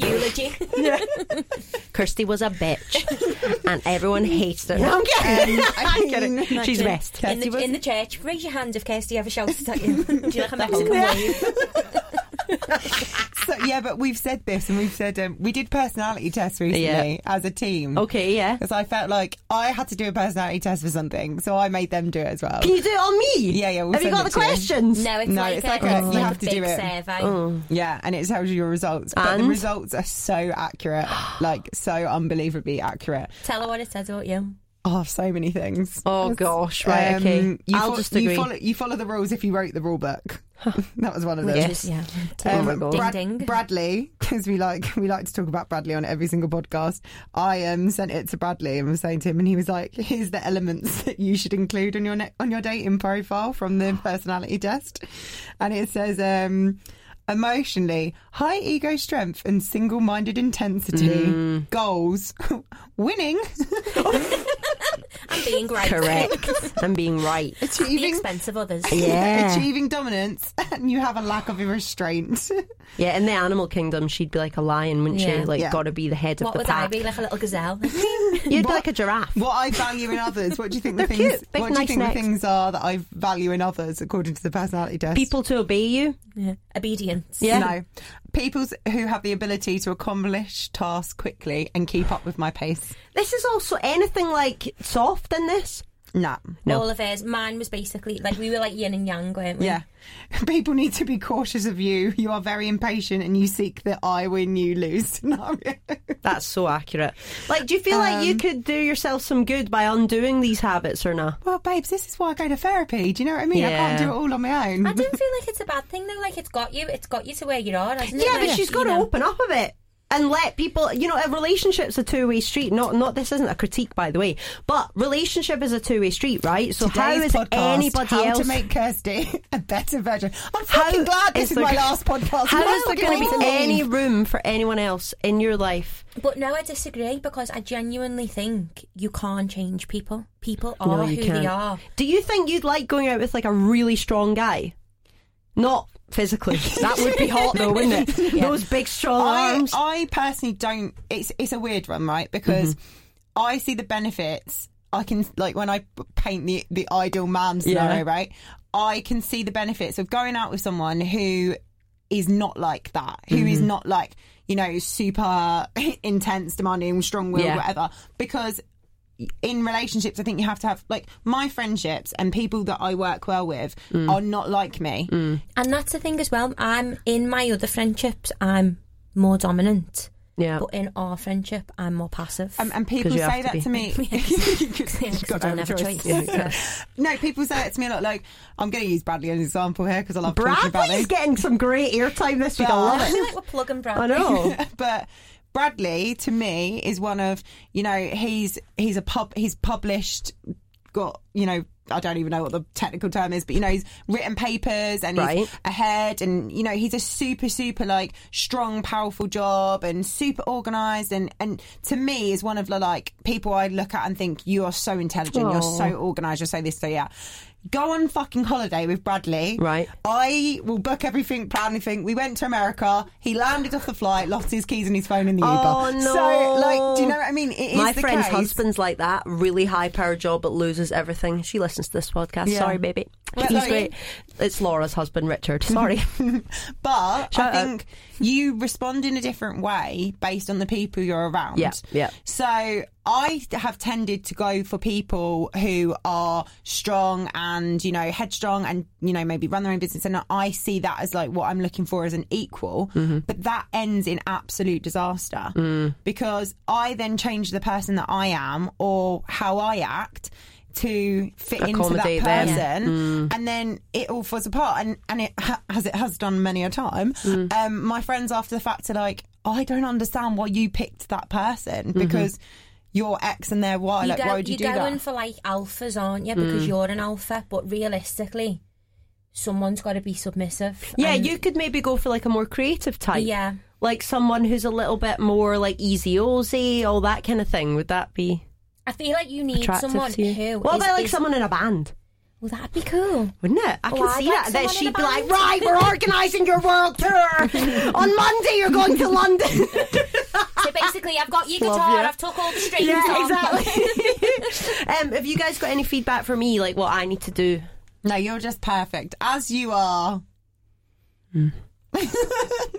Speaker 4: eulogy.
Speaker 1: Kirsty was a bitch, and everyone hates her. No, I'm kidding.
Speaker 3: Um,
Speaker 1: I'm kidding.
Speaker 3: mean,
Speaker 1: She's best.
Speaker 4: in,
Speaker 3: Kirsty
Speaker 4: the,
Speaker 3: was-
Speaker 4: in the church, raise your hand if Kirsty ever shouts at you. Do you like a Mexican wave?
Speaker 3: So, yeah, but we've said this and we've said um, we did personality tests recently
Speaker 1: Yeah. Oh.
Speaker 3: as a team.
Speaker 1: Okay, yeah.
Speaker 3: Because I felt like I had to do a personality test for something, so I made them do it as well.
Speaker 1: Can you do it on me?
Speaker 3: Yeah, yeah, we'll
Speaker 1: Have you
Speaker 3: send
Speaker 1: got the
Speaker 3: it to you.
Speaker 1: questions?
Speaker 4: No, it's
Speaker 3: No,
Speaker 4: like
Speaker 3: it's
Speaker 4: a,
Speaker 3: like a-
Speaker 4: it's
Speaker 3: you
Speaker 4: like
Speaker 3: have
Speaker 4: a
Speaker 3: to
Speaker 4: big
Speaker 3: do it. Mm.
Speaker 4: survey.
Speaker 3: Yeah, and it tells you your results. But the
Speaker 1: And?
Speaker 3: results are so accurate, like so unbelievably accurate.
Speaker 4: Tell her what it says about you.
Speaker 3: Oh, so many things. um,
Speaker 1: Oh, gosh, right, okay.
Speaker 3: you
Speaker 1: I'll
Speaker 3: fo-
Speaker 1: just
Speaker 3: you
Speaker 1: agree.
Speaker 3: follow, you follow the rules if you wrote the rule book. that was one of them.
Speaker 1: Yes.
Speaker 4: Just, yeah.
Speaker 1: Oh my God.
Speaker 3: Um, Brad-
Speaker 4: Ding, ding.
Speaker 3: Bradley, because we like we like to talk about Bradley on every single podcast. I um sent it to Bradley and was saying to him, and he was like, "Here's the elements that you should include on your ne- on your dating profile from the
Speaker 4: Oh.
Speaker 3: personality test," and it says. um Emotionally, high ego strength and single minded intensity,
Speaker 4: Mm.
Speaker 3: goals, winning,
Speaker 4: I'm being great.
Speaker 1: Correct. I'm being right.
Speaker 4: At the
Speaker 3: achieving,
Speaker 4: expense of others.
Speaker 1: Yeah.
Speaker 3: achieving dominance, and you have a lack of restraint.
Speaker 1: Yeah, in the animal kingdom, she'd be like a lion, wouldn't
Speaker 4: Yeah.
Speaker 1: she? Like,
Speaker 3: Yeah.
Speaker 1: gotta be the head
Speaker 4: What
Speaker 1: of the
Speaker 4: would I
Speaker 1: pack.
Speaker 4: be? Like a little gazelle.
Speaker 1: You'd be like a giraffe.
Speaker 3: what I value in others. What do you think the
Speaker 1: They're
Speaker 3: things?
Speaker 1: cute. Big,
Speaker 3: what do you
Speaker 1: nice
Speaker 3: think
Speaker 1: necks.
Speaker 3: the things are that I value in others according to the personality test?
Speaker 1: People to obey you.
Speaker 4: Yeah. Obedience.
Speaker 1: Yeah.
Speaker 3: No, people who have the ability to accomplish tasks quickly and keep up with my pace.
Speaker 1: This is also anything like soft in this.
Speaker 3: No.
Speaker 1: No.
Speaker 4: All of hers. Mine was basically like we were like yin and yang, weren't we?
Speaker 3: Yeah. People need to be cautious of you. You are very impatient and you seek the I win, you lose scenario.
Speaker 1: That's so accurate. Um, Like, do you feel like you could do yourself some good by undoing these habits or not?
Speaker 3: well, babes, this is why I go to therapy. Do you know what I mean? I can't
Speaker 1: Yeah.
Speaker 3: do it all on my own.
Speaker 4: I don't feel like it's a bad thing though. Like it's got you. It's got you to where you are, hasn't it?
Speaker 1: Yeah, but
Speaker 4: Like,
Speaker 1: she's
Speaker 4: you
Speaker 1: got to
Speaker 4: know.
Speaker 1: open up a bit and let people. You know, a relationship's a two way street. Not, not. This isn't a critique, by the way. But relationship is a two way street, right? So how
Speaker 3: Today's
Speaker 1: is
Speaker 3: podcast,
Speaker 1: anybody
Speaker 3: how
Speaker 1: else?
Speaker 3: to make Kirsty a better version. I'm
Speaker 1: how
Speaker 3: fucking glad this is,
Speaker 1: there
Speaker 3: my
Speaker 1: go-
Speaker 3: last podcast.
Speaker 1: How
Speaker 3: Now
Speaker 1: is there
Speaker 3: we're
Speaker 1: going to
Speaker 3: going
Speaker 1: be
Speaker 3: to leave.
Speaker 1: any room for anyone else in your life?
Speaker 4: But no, I disagree because I genuinely think you can't change people. People are
Speaker 1: No, you
Speaker 4: who
Speaker 1: can't.
Speaker 4: they are.
Speaker 1: Do you think you'd like going out with like a really strong guy? Not physically. That would be hot though, wouldn't it? Those big strong
Speaker 3: I,
Speaker 1: arms.
Speaker 3: I personally don't. It's it's a weird one, right? Because
Speaker 1: Mm-hmm.
Speaker 3: I see the benefits. I can like when I paint the the ideal man scenario,
Speaker 1: Yeah.
Speaker 3: right? I can see the benefits of going out with someone who is not like that, who is
Speaker 1: Mm-hmm.
Speaker 3: not like you know super intense, demanding, strong willed,
Speaker 1: Yeah.
Speaker 3: whatever. Because in relationships, I think you have to have like my friendships and people that I work well with
Speaker 1: Mm.
Speaker 3: are not like me.
Speaker 4: And that's the thing as well. I'm in my other friendships. I'm more dominant,
Speaker 1: yeah.
Speaker 4: but in our friendship, I'm more passive.
Speaker 3: Um, and people
Speaker 1: 'Cause you
Speaker 3: say
Speaker 1: have to
Speaker 3: that
Speaker 1: be.
Speaker 3: to me.
Speaker 4: Yeah, 'cause
Speaker 3: God,
Speaker 4: I don't
Speaker 3: have
Speaker 4: have
Speaker 3: a
Speaker 4: a
Speaker 3: choice.
Speaker 4: choice. Yeah.
Speaker 3: No, people say it to me a lot. Like, I'm going to use Bradley as an example here because I love talking about
Speaker 1: Bradley's
Speaker 3: him.
Speaker 1: getting some great airtime this week. I
Speaker 4: I
Speaker 1: love it.
Speaker 4: feel like we're plugging Brad.
Speaker 1: I know.
Speaker 3: but Bradley to me is one of you know he's he's a pub he's published got you know I don't even know what the technical term is but you know he's written papers and
Speaker 1: Right.
Speaker 3: he's ahead and you know he's a super super like strong powerful job and super organized and and to me is one of the like people I look at and think you are so intelligent you're
Speaker 1: Aw.
Speaker 3: so organized you're so this so yeah go on fucking holiday with Bradley
Speaker 1: Right.
Speaker 3: I will book everything, plan everything. We went to America. He landed off the flight, lost his keys and his phone in the
Speaker 1: Oh,
Speaker 3: Uber.
Speaker 1: no.
Speaker 3: So, like, do you know what I mean? It is
Speaker 1: My
Speaker 3: the
Speaker 1: friend's
Speaker 3: case.
Speaker 1: husband's like that, really high power job, but loses everything. She listens to this podcast.
Speaker 3: Yeah.
Speaker 1: Sorry, baby.
Speaker 3: Well,
Speaker 1: He's
Speaker 3: sorry.
Speaker 1: great. It's Laura's husband, Richard. Sorry.
Speaker 3: But
Speaker 1: Shout
Speaker 3: I
Speaker 1: out.
Speaker 3: think you respond in a different way based on the people you're around.
Speaker 1: Yeah, yeah.
Speaker 3: So I have tended to go for people who are strong and, you know, headstrong and, you know, maybe run their own business. And I see that as like what I'm looking for as an equal.
Speaker 1: Mm-hmm.
Speaker 3: But that ends in absolute disaster
Speaker 1: Mm.
Speaker 3: because I then change the person that I am or how I act to fit into that
Speaker 1: Accommodate
Speaker 3: person
Speaker 1: them.
Speaker 3: person,
Speaker 4: Mm.
Speaker 3: and then it all falls apart and and it ha- as it has done many a time
Speaker 4: Mm.
Speaker 3: um my friends after the fact are like i don't understand why you picked that person because you're x and they're y
Speaker 4: Mm-hmm. You
Speaker 3: like
Speaker 4: go,
Speaker 3: why would you
Speaker 4: are
Speaker 3: do
Speaker 4: going
Speaker 3: that
Speaker 1: Mm.
Speaker 4: for like alphas, aren't you? Because you're an alpha, but realistically, someone's got to be submissive.
Speaker 1: Yeah,
Speaker 4: and-
Speaker 1: you could maybe go for like a more creative type.
Speaker 4: Yeah.
Speaker 1: Like someone who's a little bit more like easy ozy, all that kind of thing. Would that be
Speaker 4: I feel like you need
Speaker 1: attractive
Speaker 4: someone
Speaker 1: to you?
Speaker 4: who.
Speaker 1: what
Speaker 4: Oh, is-
Speaker 1: about like
Speaker 4: is-
Speaker 1: someone in a band?
Speaker 4: Well, that'd be cool.
Speaker 1: Wouldn't it? I can
Speaker 4: Oh, I'd
Speaker 1: see
Speaker 4: like
Speaker 1: that. That
Speaker 4: someone in
Speaker 1: she'd
Speaker 4: a
Speaker 1: be like,
Speaker 4: band.
Speaker 1: right, we're organising your world tour. On Monday, you're going to London.
Speaker 4: So basically, I've got your
Speaker 1: Love
Speaker 4: guitar.
Speaker 1: you.
Speaker 4: I've took all the strings
Speaker 1: yeah,
Speaker 4: on.
Speaker 1: exactly. um, have you guys got any feedback for me, like what I need to do?
Speaker 3: No, you're just perfect as you are.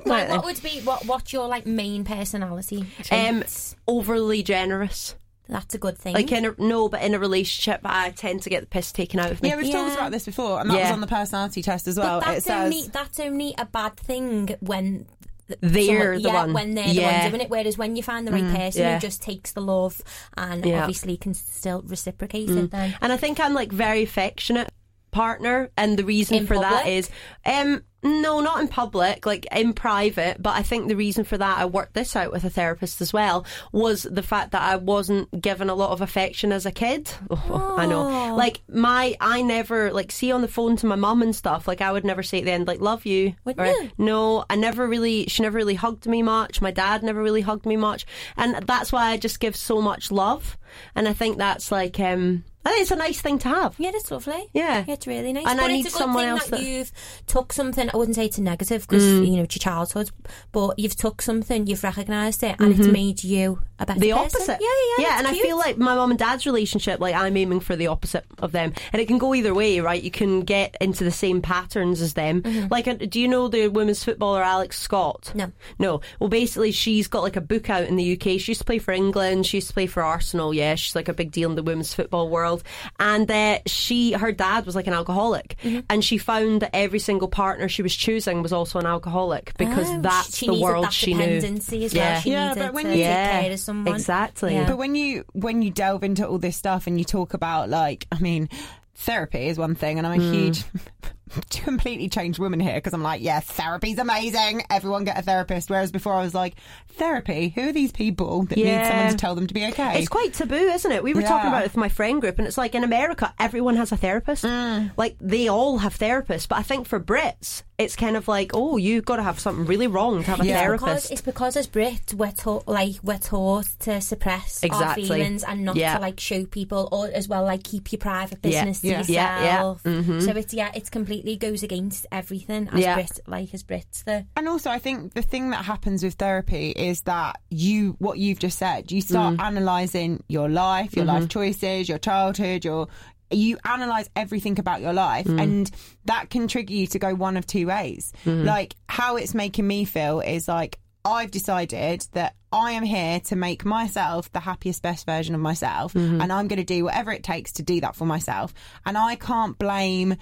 Speaker 4: Like, what would be what? What's your like main personality?
Speaker 1: Um,
Speaker 4: traits?
Speaker 1: overly generous.
Speaker 4: that's a good thing.
Speaker 1: Like in a, no, but in a relationship, I tend to get the piss taken out of me.
Speaker 3: Yeah, we've talked
Speaker 4: Yeah.
Speaker 3: about this before, and that was
Speaker 1: Yeah.
Speaker 3: on the personality test as well.
Speaker 4: but that's
Speaker 3: it says
Speaker 4: only that's only a bad thing when th-
Speaker 1: They're
Speaker 4: someone-
Speaker 1: the
Speaker 4: yeah,
Speaker 1: one.
Speaker 4: when they're the
Speaker 1: Yeah. Mm,
Speaker 4: one doing it. Whereas when you find the right person
Speaker 1: yeah.
Speaker 4: who just takes the love and
Speaker 1: Yeah. Mm.
Speaker 4: obviously can still reciprocate it, then
Speaker 1: and I think I'm like very affectionate partner, and the reason
Speaker 4: In
Speaker 1: for that
Speaker 4: public?
Speaker 1: is, um, no, not in public, like in private. But I think the reason for that, I worked this out with a therapist as well, was the fact that I wasn't given a lot of affection as a kid. Oh, I know, like my, I never like see on the phone to my mum and stuff. Like I would never say at the end, like love you,
Speaker 4: Wouldn't you?
Speaker 1: no, I never really. She never really hugged me much. My dad never really hugged me much, and that's why I just give so much love. And I think that's like, um, I think it's a nice thing to have.
Speaker 4: Yeah, that's lovely.
Speaker 1: Yeah.
Speaker 4: it's really nice.
Speaker 1: And I
Speaker 4: but
Speaker 1: need
Speaker 4: it's a good
Speaker 1: someone
Speaker 4: thing
Speaker 1: else
Speaker 4: that,
Speaker 1: that- Mm.
Speaker 4: you've took something. I wouldn't say it's a negative because you know it's your childhood, but you've took something, you've recognised it, and it's made you a better
Speaker 1: Mm-hmm. the
Speaker 4: person.
Speaker 1: opposite.
Speaker 4: Yeah, yeah,
Speaker 1: and
Speaker 4: that's
Speaker 1: I feel
Speaker 4: cute.
Speaker 1: like my mum and dad's relationship, like I'm aiming for the opposite of them, and it can go either way, right? You can get into the same patterns as them. Like, uh, do you know the women's footballer Alex Scott?
Speaker 4: Mm-hmm. No.
Speaker 1: no. Well, basically, she's got like a book out in the UK. She used to play for England. She used to play for Arsenal. Yeah, she's like a big deal in the women's football world. And uh, she, her dad was like an alcoholic,
Speaker 4: Mm-hmm.
Speaker 1: and she found that every single partner she was choosing was also an alcoholic because
Speaker 4: Oh,
Speaker 1: that's
Speaker 4: she
Speaker 1: the
Speaker 4: needed
Speaker 1: world
Speaker 4: that
Speaker 1: she knew.
Speaker 4: dependency as well.
Speaker 1: Yeah.
Speaker 4: She
Speaker 3: Yeah,
Speaker 4: needed
Speaker 3: but when
Speaker 4: to
Speaker 3: you-
Speaker 4: take care of someone.
Speaker 1: exactly.
Speaker 4: Yeah.
Speaker 3: But when you when you delve into all this stuff and you talk about like, I mean, therapy is one thing, and I'm a
Speaker 1: Mm.
Speaker 3: huge completely changed woman here because I'm like, yeah, therapy's amazing. Everyone get a therapist. Whereas before I was like, therapy. Who are these people that need someone
Speaker 1: Yeah.
Speaker 3: to tell them to be okay?
Speaker 1: It's quite taboo, isn't it? We were talking
Speaker 3: Yeah.
Speaker 1: about it with my friend group, and it's like in America, everyone has a therapist.
Speaker 3: Mm.
Speaker 1: Like they all have therapists, but I think for Brits, it's kind of like, oh, you've got to have something really wrong to have a
Speaker 3: Yeah.
Speaker 4: because
Speaker 1: therapist.
Speaker 4: it's because as Brits we're taught like we're taught to suppress
Speaker 1: Exactly.
Speaker 4: our feelings and not
Speaker 1: Yeah.
Speaker 4: to like show people or as well like keep your private
Speaker 1: Yeah,
Speaker 4: business
Speaker 1: yeah,
Speaker 4: to
Speaker 1: yeah, yeah.
Speaker 4: yourself. So it's yeah, it's completely goes against everything as
Speaker 1: Yeah.
Speaker 4: Brit like as Brits the
Speaker 3: and also, I think the thing that happens with therapy is that you, what you've just said, you start analysing your life, your life choices, your childhood, your. You analyze everything about your life, and that can trigger you to go one of two ways. Like, how it's making me feel is like, I've decided that I am here to make myself the happiest, best version of myself, and I'm going to do whatever it takes to do that for myself. And I can't blame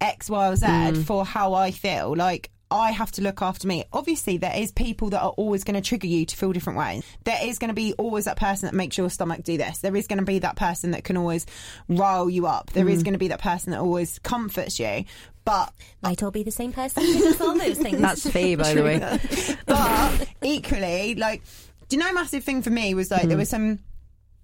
Speaker 3: X, Y, or Z for how I feel. Like, I have to look after me. Obviously, there is people that are always going to trigger you to feel different ways. There is going to be always that person that makes your stomach do this. There is going to be that person that can always rile you up. There is going to be that person that always comforts you. But
Speaker 4: might all be the same person who does all those things.
Speaker 1: That's Faye, by the way.
Speaker 3: but equally, like, do you know, a massive thing for me was like
Speaker 1: Hmm.
Speaker 3: there were some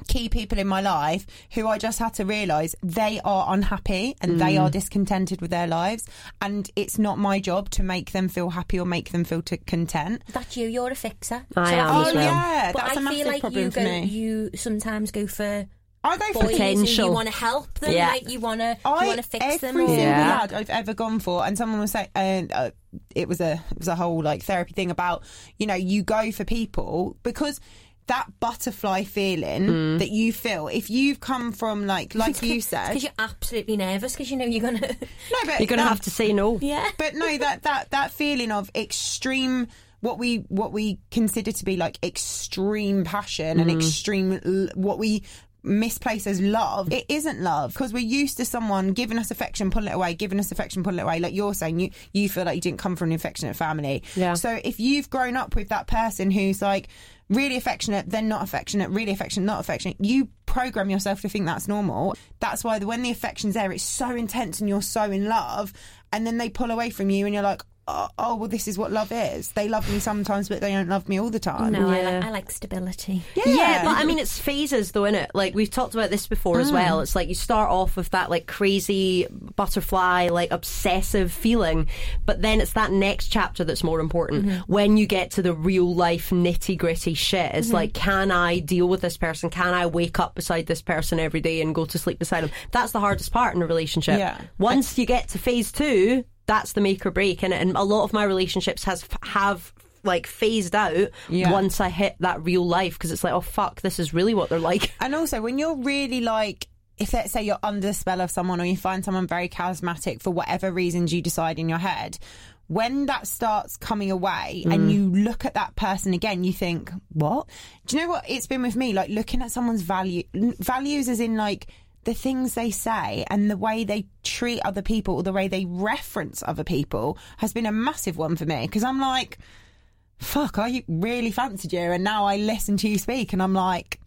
Speaker 3: key people in my life who I just had to realise they are unhappy and they
Speaker 1: Hmm.
Speaker 3: are discontented with their lives, and it's not my job to make them feel happy or make them feel t- content. Oh,
Speaker 4: That's you. You're a fixer.
Speaker 1: I am
Speaker 4: so feel
Speaker 1: as
Speaker 4: like-
Speaker 1: well.
Speaker 3: yeah,
Speaker 4: but
Speaker 3: that's a
Speaker 4: I feel
Speaker 3: massive
Speaker 4: like
Speaker 3: problem
Speaker 4: you
Speaker 3: for
Speaker 4: go.
Speaker 3: me.
Speaker 4: You sometimes go for
Speaker 3: I go for
Speaker 4: boys and you
Speaker 1: Potential.
Speaker 4: want to help them.
Speaker 1: Yeah.
Speaker 4: Like you want to.
Speaker 3: I
Speaker 4: You want to fix them.
Speaker 3: every
Speaker 4: or-
Speaker 3: single
Speaker 1: Yeah.
Speaker 3: lad I've ever gone for, and someone was saying, and uh, it was a it was a whole like therapy thing about you know you go for people because that butterfly feeling
Speaker 1: Mm.
Speaker 3: that you feel if you've come from like like you said,
Speaker 4: because you're absolutely nervous because you know you're gonna.
Speaker 3: no, but
Speaker 1: You're going to
Speaker 3: no,
Speaker 1: have to say no.
Speaker 4: yeah.
Speaker 3: but no, that that that feeling of extreme. What we what we consider to be like extreme passion and extreme l- what we misplace as love. It isn't love because we're used to someone giving us affection, pulling it away, giving us affection, pulling it away. Like you're saying, you you feel like you didn't come from an affectionate family.
Speaker 1: Yeah.
Speaker 3: So if you've grown up with that person who's like really affectionate, then not affectionate, really affectionate, not affectionate, you program yourself to think that's normal. That's why the, when the affection's there, it's so intense and you're so in love, and then they pull away from you, and you're like, oh, oh well, this is what love is. They love me sometimes, but they don't love me all the time.
Speaker 4: No, I,
Speaker 1: Oh, Yeah.
Speaker 4: like, I like stability.
Speaker 1: Yeah. but I mean, it's phases, though, innit? Like, we've talked about this before as well. It's like you start off with that, like, crazy that butterfly, like obsessive feeling. But then it's that next chapter that's more important when you get to the real life nitty gritty shit. It's like, can I deal with this person? Can I wake up beside this person every day and go to sleep beside them? That's the hardest part in a relationship.
Speaker 3: Yeah.
Speaker 1: Once you get to phase two, that's the make or break, and and a lot of my relationships has have like phased out
Speaker 3: Yeah.
Speaker 1: once I hit that real life because it's like, oh fuck, this is really what they're like.
Speaker 3: And also, when you're really like, if let's say you're under the spell of someone or you find someone very charismatic for whatever reasons you decide in your head, when that starts coming away and you look at that person again, you think, what? Do you know what it's been with me? Like looking at someone's value, n- values as in like, the things they say and the way they treat other people or the way they reference other people has been a massive one for me because I'm like, fuck, I really fancied you and now I listen to you speak and I'm like,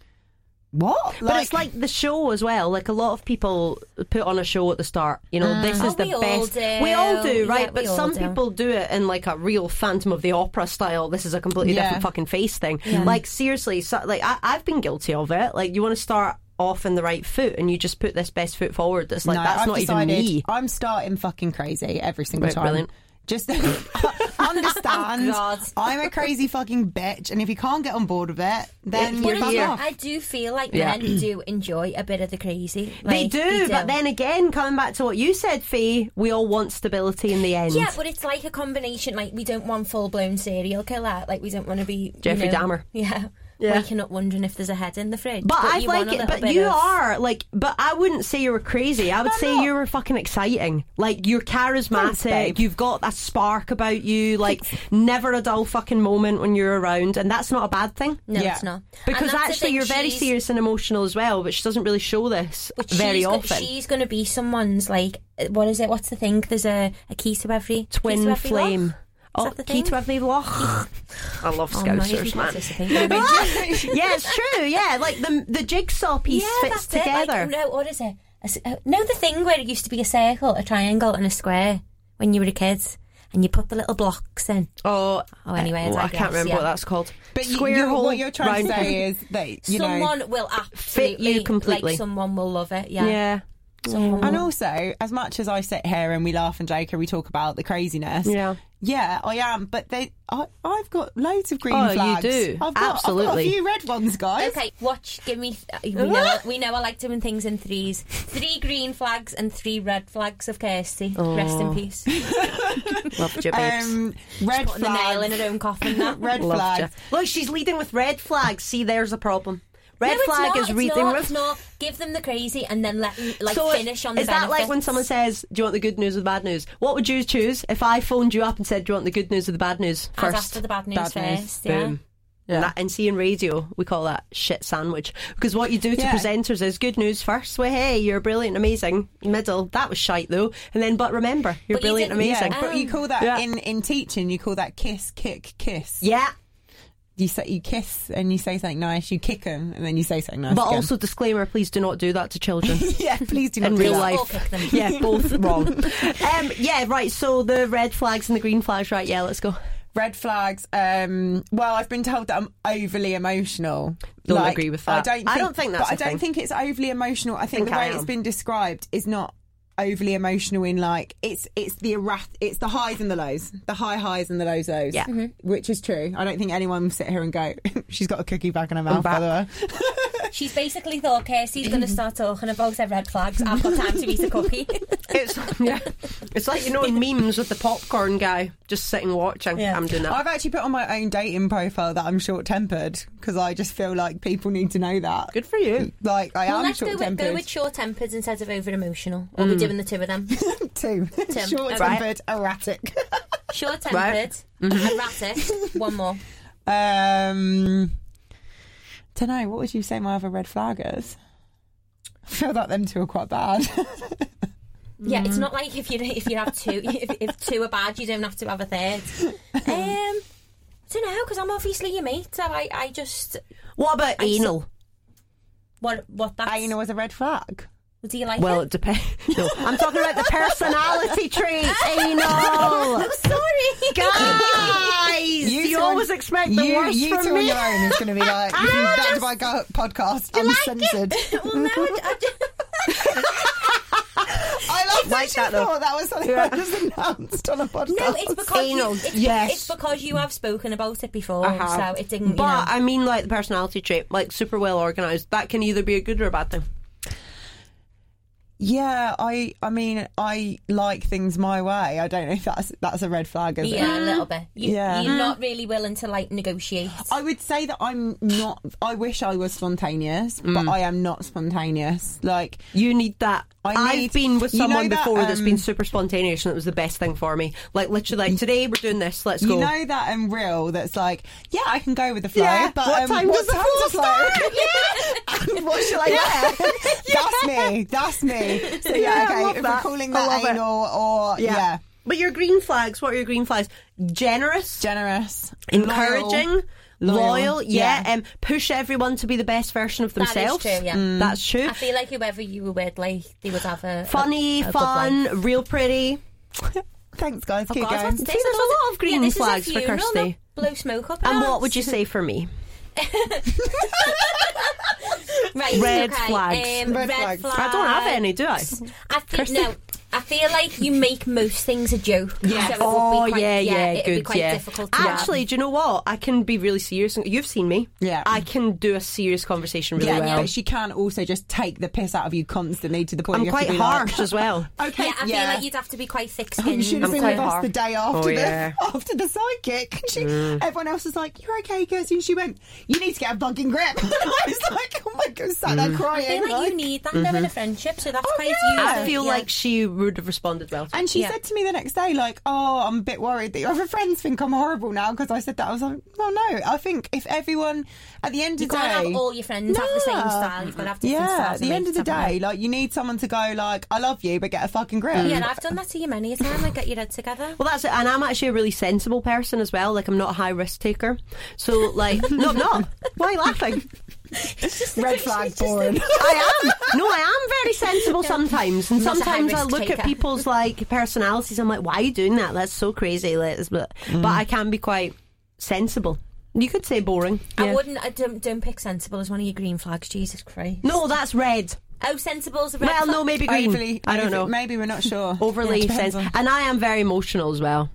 Speaker 3: what?
Speaker 1: but it's like the show as well. Like a lot of people put on a show at the start. You know,
Speaker 3: Ah.
Speaker 1: this
Speaker 4: Oh,
Speaker 1: is the
Speaker 4: we all
Speaker 1: best.
Speaker 4: do.
Speaker 1: We all do,
Speaker 4: Yeah,
Speaker 1: right?
Speaker 4: we
Speaker 1: but
Speaker 4: all
Speaker 1: some
Speaker 4: do.
Speaker 1: people do it in like a real Phantom of the Opera style. This is a completely
Speaker 3: Yeah.
Speaker 1: different fucking face thing. Like seriously, so, like I, I've been guilty of it. Like you want to start off in the right foot and you just put this best foot forward. That's like that's
Speaker 3: I've
Speaker 1: not
Speaker 3: decided
Speaker 1: even me.
Speaker 3: I'm starting fucking crazy every single
Speaker 1: Right,
Speaker 3: time.
Speaker 1: brilliant.
Speaker 3: Just understand,
Speaker 4: Oh, God.
Speaker 3: I'm a crazy fucking bitch, and if you can't get on board with it, then
Speaker 1: You're
Speaker 3: you're
Speaker 4: But I do,
Speaker 1: here.
Speaker 3: off.
Speaker 4: I do feel like
Speaker 1: Yeah.
Speaker 4: men do enjoy a bit of the crazy.
Speaker 1: They
Speaker 4: Like,
Speaker 1: do, but then again, coming back to what you said, Fee, we all want stability in the end.
Speaker 4: Yeah, but it's like a combination. Like we don't want full blown serial killer. Like we don't want to be
Speaker 1: Jeffrey
Speaker 4: you know,
Speaker 1: Dahmer.
Speaker 4: Yeah,
Speaker 1: Yeah.
Speaker 4: waking up wondering if there's a head in the fridge.
Speaker 1: But, I
Speaker 4: you
Speaker 1: like
Speaker 4: want
Speaker 1: it.
Speaker 4: a little
Speaker 1: But
Speaker 4: bit
Speaker 1: you
Speaker 4: of-
Speaker 1: are like. But I wouldn't say you were crazy. I would say you were fucking exciting. Like you're charismatic.
Speaker 3: Thanks, babe.
Speaker 1: You've got that spark about you. Like never a dull fucking moment when you're around, and that's not a bad thing.
Speaker 4: No,
Speaker 3: Yeah.
Speaker 4: it's not. And
Speaker 1: Because
Speaker 4: that's the
Speaker 1: actually,
Speaker 4: thing,
Speaker 1: you're very
Speaker 4: she's-
Speaker 1: serious and emotional as well, but she doesn't really show this
Speaker 4: but
Speaker 1: very
Speaker 4: she's go-
Speaker 1: often.
Speaker 4: she's going to be someone's like uh, what is it? What's the thing? There's a, a key to every key to
Speaker 1: Twin
Speaker 4: every lock?
Speaker 1: flame. Oh,
Speaker 4: that the
Speaker 1: key
Speaker 4: thing?
Speaker 1: to every loch. I love
Speaker 4: Oh, my,
Speaker 1: Scousers,
Speaker 4: if you
Speaker 1: man.
Speaker 4: participate.
Speaker 1: yeah, it's true. Yeah, like the the jigsaw piece fits
Speaker 4: that's it, like,
Speaker 1: together.
Speaker 4: no, what is it? A s- uh, no, the thing where it used to be a circle, a triangle, and a square when you were a kid, and you put the little blocks in.
Speaker 1: Oh,
Speaker 4: Oh, anyway, I
Speaker 1: well, I can't
Speaker 4: digress,
Speaker 1: remember
Speaker 4: yeah.
Speaker 1: what that's called.
Speaker 3: But you-
Speaker 1: Square
Speaker 3: you're,
Speaker 1: hole.
Speaker 3: what you're trying to
Speaker 1: round hole.
Speaker 3: say is that you know,
Speaker 4: someone will absolutely
Speaker 1: completely.
Speaker 4: Like someone will love it. Yeah.
Speaker 1: Yeah.
Speaker 4: Someone
Speaker 3: And
Speaker 4: will-
Speaker 3: also, as much as I sit here and we laugh and joke and we talk about the craziness,
Speaker 1: Yeah.
Speaker 3: yeah, I am. But they, I, I've got loads of green
Speaker 1: Oh, you
Speaker 3: flags.
Speaker 1: do.
Speaker 3: I've got, I've got
Speaker 1: Absolutely.
Speaker 3: a few red ones, guys.
Speaker 4: Okay, watch. Give me. uh, We know. We know. I like doing things in threes. Three green flags and three red flags of Kirsty. Rest
Speaker 1: Oh.
Speaker 4: in peace.
Speaker 1: Loved you, babes.
Speaker 3: Um, red
Speaker 4: Putting the nail in
Speaker 3: flags.
Speaker 4: her own coffin. Now.
Speaker 1: Loved
Speaker 3: Red
Speaker 1: you.
Speaker 3: flags.
Speaker 1: Look, she's leading with red flag. See, there's a problem. Red
Speaker 4: No, it's
Speaker 1: flag
Speaker 4: not,
Speaker 1: is
Speaker 4: it's
Speaker 1: reading
Speaker 4: not,
Speaker 1: with.
Speaker 4: it's not. Give them the crazy and then let them, like
Speaker 1: So
Speaker 4: finish on the
Speaker 1: is that like when
Speaker 4: benefits.
Speaker 1: someone says, "Do you want the good news or the bad news?" What would you choose if I phoned you up and said, "Do you want the good news or the bad news
Speaker 4: I'd
Speaker 1: first?
Speaker 4: ask for the bad news
Speaker 3: Bad news.
Speaker 4: first. Yeah.
Speaker 1: Boom. And, that, and see in radio, we call that shit sandwich. Because what you do to
Speaker 3: Yeah.
Speaker 1: presenters is good news first. Well, hey, you're brilliant, amazing. Middle, that was shite though. And then, but remember, you're
Speaker 4: But you
Speaker 1: brilliant,
Speaker 4: didn't-
Speaker 1: amazing.
Speaker 3: Yeah, but
Speaker 4: um,
Speaker 3: you call that
Speaker 1: Yeah.
Speaker 3: in in teaching. You call that kiss, kick, kiss.
Speaker 1: yeah.
Speaker 3: You say you kiss and you say something nice. You kick them and then you say something nice.
Speaker 1: But
Speaker 3: again.
Speaker 1: also, disclaimer: please do not do that to children.
Speaker 3: yeah, please do not
Speaker 1: in
Speaker 3: do
Speaker 1: real
Speaker 3: that.
Speaker 1: life.
Speaker 4: Or kick them.
Speaker 1: Yeah, both wrong. Um, yeah, right. So the red flags and the green flags. Right. Yeah, let's go.
Speaker 3: Red flags. Um, well, I've been told that I'm overly emotional.
Speaker 1: Don't agree with that.
Speaker 3: I don't. Think,
Speaker 1: I don't think that's
Speaker 3: But I
Speaker 1: a
Speaker 3: don't
Speaker 1: thing.
Speaker 3: think it's overly emotional. I think,
Speaker 1: Think
Speaker 3: the
Speaker 1: I
Speaker 3: way
Speaker 1: am.
Speaker 3: it's been described is not overly emotional. In like it's it's the errat- it's the highs and the lows, the high highs and the lows lows.
Speaker 1: Yeah.
Speaker 4: Mm-hmm.
Speaker 3: which is true. I don't think anyone will sit here and go, "She's got a cookie back in her mouth." By the way.
Speaker 4: She's basically thought Kirsty's going to start talking about her red flags. I've got time to eat a cookie.
Speaker 1: It's yeah. It's like you know in memes with the popcorn guy just sitting watching.
Speaker 4: Yeah.
Speaker 1: I'm doing that.
Speaker 3: I've actually put on my own dating profile that I'm short tempered because I just feel like people need to know that.
Speaker 1: Good for you.
Speaker 3: Like I
Speaker 4: well,
Speaker 3: am
Speaker 4: let's go
Speaker 3: short
Speaker 4: with, go
Speaker 3: tempered
Speaker 4: with short tempers instead of over emotional. We'll
Speaker 3: Mm.
Speaker 4: be doing the two of them.
Speaker 3: too.
Speaker 4: Tim.
Speaker 3: short tempered, erratic.
Speaker 4: Short tempered,
Speaker 3: Mm-hmm.
Speaker 4: erratic. One more.
Speaker 3: Um, don't know. What would you say my other red flag is? I feel like them two are quite bad.
Speaker 4: Yeah, it's not like if you if you have two if, if two are bad, you don't have to have a third. Um, I don't know because I'm obviously your mate. So I I just
Speaker 1: What about
Speaker 4: I s-
Speaker 1: anal?
Speaker 4: what what that
Speaker 3: I, you know, was a red flag.
Speaker 4: do you like
Speaker 1: well,
Speaker 4: it?
Speaker 1: it depends. No, I'm talking about the personality traits. Anal.
Speaker 4: I'm Oh, sorry,
Speaker 1: Guys, you,
Speaker 3: You two-
Speaker 1: always expect the
Speaker 3: you,
Speaker 1: worst
Speaker 3: you
Speaker 1: from
Speaker 3: two
Speaker 1: me.
Speaker 3: on your own is going to be like that to my go- podcast uncensored.
Speaker 4: well, no, I, I just,
Speaker 3: I love
Speaker 1: not like that though.
Speaker 3: thought that was something I just announced on a podcast.
Speaker 4: No, it's because you,
Speaker 1: Anal,
Speaker 4: it's,
Speaker 1: yes.
Speaker 4: it's because you have spoken about it before,
Speaker 3: I have.
Speaker 4: Oh, so it didn't. You
Speaker 1: But
Speaker 4: know.
Speaker 1: I mean, like the personality trait, like super well organized. That can either be a good or a bad thing.
Speaker 3: Yeah, I I mean I like things my way. I don't know if that's that's a red flag, is
Speaker 4: yeah,
Speaker 3: it?
Speaker 4: a little bit. You,
Speaker 3: Yeah.
Speaker 4: You're not really willing to like negotiate.
Speaker 3: I would say that I'm not I wish I was spontaneous,
Speaker 1: Mm.
Speaker 3: but I am not spontaneous. Like
Speaker 1: You need that.
Speaker 3: I
Speaker 1: I've
Speaker 3: need-
Speaker 1: been with
Speaker 3: you know
Speaker 1: someone
Speaker 3: that,
Speaker 1: before that's
Speaker 3: um,
Speaker 1: been super spontaneous, and it was the best thing for me. Like literally, like today we're doing this. Let's go.
Speaker 3: you know that um reel that's like, yeah, I can go with the flow,
Speaker 1: Yeah,
Speaker 3: but
Speaker 1: what
Speaker 3: um,
Speaker 1: time does the
Speaker 3: time
Speaker 1: flow
Speaker 3: to and what should I wear? that's me. That's me.
Speaker 1: Yeah, I
Speaker 3: So yeah,
Speaker 1: love
Speaker 3: okay. If we're
Speaker 1: that.
Speaker 3: calling
Speaker 1: I
Speaker 3: that
Speaker 1: love it.
Speaker 3: anal or yeah.
Speaker 1: But your green flags. What are your green flags? Generous,
Speaker 3: generous,
Speaker 1: encouraging. Loyal,
Speaker 3: Loyal.
Speaker 1: yeah,
Speaker 3: Yeah.
Speaker 1: and push everyone to be the best version of
Speaker 4: is
Speaker 1: themselves.
Speaker 4: true, yeah.
Speaker 3: Mm.
Speaker 1: That's true.
Speaker 4: I feel like whoever you were with, like they would have a
Speaker 1: Funny,
Speaker 4: a, a good life.
Speaker 1: fun, real pretty.
Speaker 3: Thanks,
Speaker 1: Oh,
Speaker 3: guys. Keep
Speaker 4: God,
Speaker 3: going.
Speaker 4: what's this?
Speaker 1: See, there's a lot of green
Speaker 4: yeah, this is a
Speaker 1: flags for
Speaker 4: funeral,
Speaker 1: Kirsty.
Speaker 4: not Blow smoke up.
Speaker 1: And
Speaker 4: her
Speaker 1: what would you
Speaker 4: arse.
Speaker 1: say for me?
Speaker 4: Right,
Speaker 1: Red
Speaker 4: okay,
Speaker 1: flags.
Speaker 4: Um,
Speaker 3: Red
Speaker 4: red,
Speaker 3: flags.
Speaker 4: flags.
Speaker 1: I don't have any, do I?
Speaker 4: I feel, no, I feel like you make most things a joke. Yeah. So it would be
Speaker 1: Oh
Speaker 4: quite,
Speaker 1: yeah, yeah,
Speaker 4: it'd
Speaker 1: good,
Speaker 4: be quite
Speaker 1: yeah.
Speaker 4: difficult. To
Speaker 1: Actually, do you know what? I can be really serious. and- You've seen me.
Speaker 3: Yeah.
Speaker 1: I can do a serious conversation really
Speaker 3: Yeah,
Speaker 1: well.
Speaker 3: but she can also just take the piss out of you constantly to the point.
Speaker 1: I'm
Speaker 3: you have
Speaker 1: quite
Speaker 3: to be like,
Speaker 1: harsh as well.
Speaker 3: okay,
Speaker 4: yeah, I feel like you'd have to be quite thick-skinned.
Speaker 3: Oh, You should have
Speaker 1: Mm, I'm
Speaker 3: been
Speaker 1: quite
Speaker 3: with us
Speaker 1: hard.
Speaker 3: the day after
Speaker 1: Oh,
Speaker 3: the
Speaker 1: yeah. Mm.
Speaker 3: after the psychic. And she, Everyone else was like, "You're okay, Kirsty," and she went, "You need to get a fucking grip." And I was like, "Oh my god,"
Speaker 1: Mm.
Speaker 3: sat there
Speaker 4: I feel
Speaker 3: crying.
Speaker 4: like,
Speaker 3: like-
Speaker 4: you need that though in a friendship, so that's
Speaker 3: Oh,
Speaker 4: quite
Speaker 3: yeah.
Speaker 4: useful.
Speaker 1: I feel
Speaker 4: yeah.
Speaker 1: like she would have responded well. To it.
Speaker 3: And she
Speaker 4: Yeah.
Speaker 3: said to me the next day, like, "Oh, I'm a bit worried that your other friends think I'm horrible now because I said that." I was like, "No, no. I think if everyone at the end
Speaker 4: you
Speaker 3: of the
Speaker 4: can't
Speaker 3: day,
Speaker 4: have all your friends have the same
Speaker 3: No.
Speaker 4: style. You've got to have different
Speaker 3: yeah,
Speaker 4: styles.
Speaker 3: at
Speaker 4: and
Speaker 3: the end of
Speaker 4: makes
Speaker 3: the
Speaker 4: up.
Speaker 3: day, like, you need someone to go like, "I love you," but get a fucking grip."
Speaker 4: Yeah, and I've done that to you many a time. Like, get your head together.
Speaker 1: well, that's it. And I'm actually a really sensible person as well. Like, I'm not a high risk taker. So, like, no, I'm not. Why are you laughing?
Speaker 3: Red flag porn.
Speaker 1: I am. No, I am very sensible sometimes, and
Speaker 4: Not a
Speaker 1: sometimes I
Speaker 4: high-risk
Speaker 1: look
Speaker 4: taker.
Speaker 1: at people's like personalities. I'm like, why are you doing that? That's so crazy. Let's, but
Speaker 3: Mm.
Speaker 1: but I can be quite sensible. You could say boring.
Speaker 4: I wouldn't. I don't. Don't pick sensible as one of your green flags. Jesus Christ.
Speaker 1: No, that's red.
Speaker 4: Oh, sensible's a red
Speaker 1: Well,
Speaker 4: flag.
Speaker 1: no, maybe green.
Speaker 3: Overly-
Speaker 1: I don't
Speaker 3: maybe-
Speaker 1: know.
Speaker 3: Maybe we're not sure.
Speaker 1: Overly
Speaker 3: Yeah, depends
Speaker 1: sensible,
Speaker 3: on-
Speaker 1: and I am very emotional as well.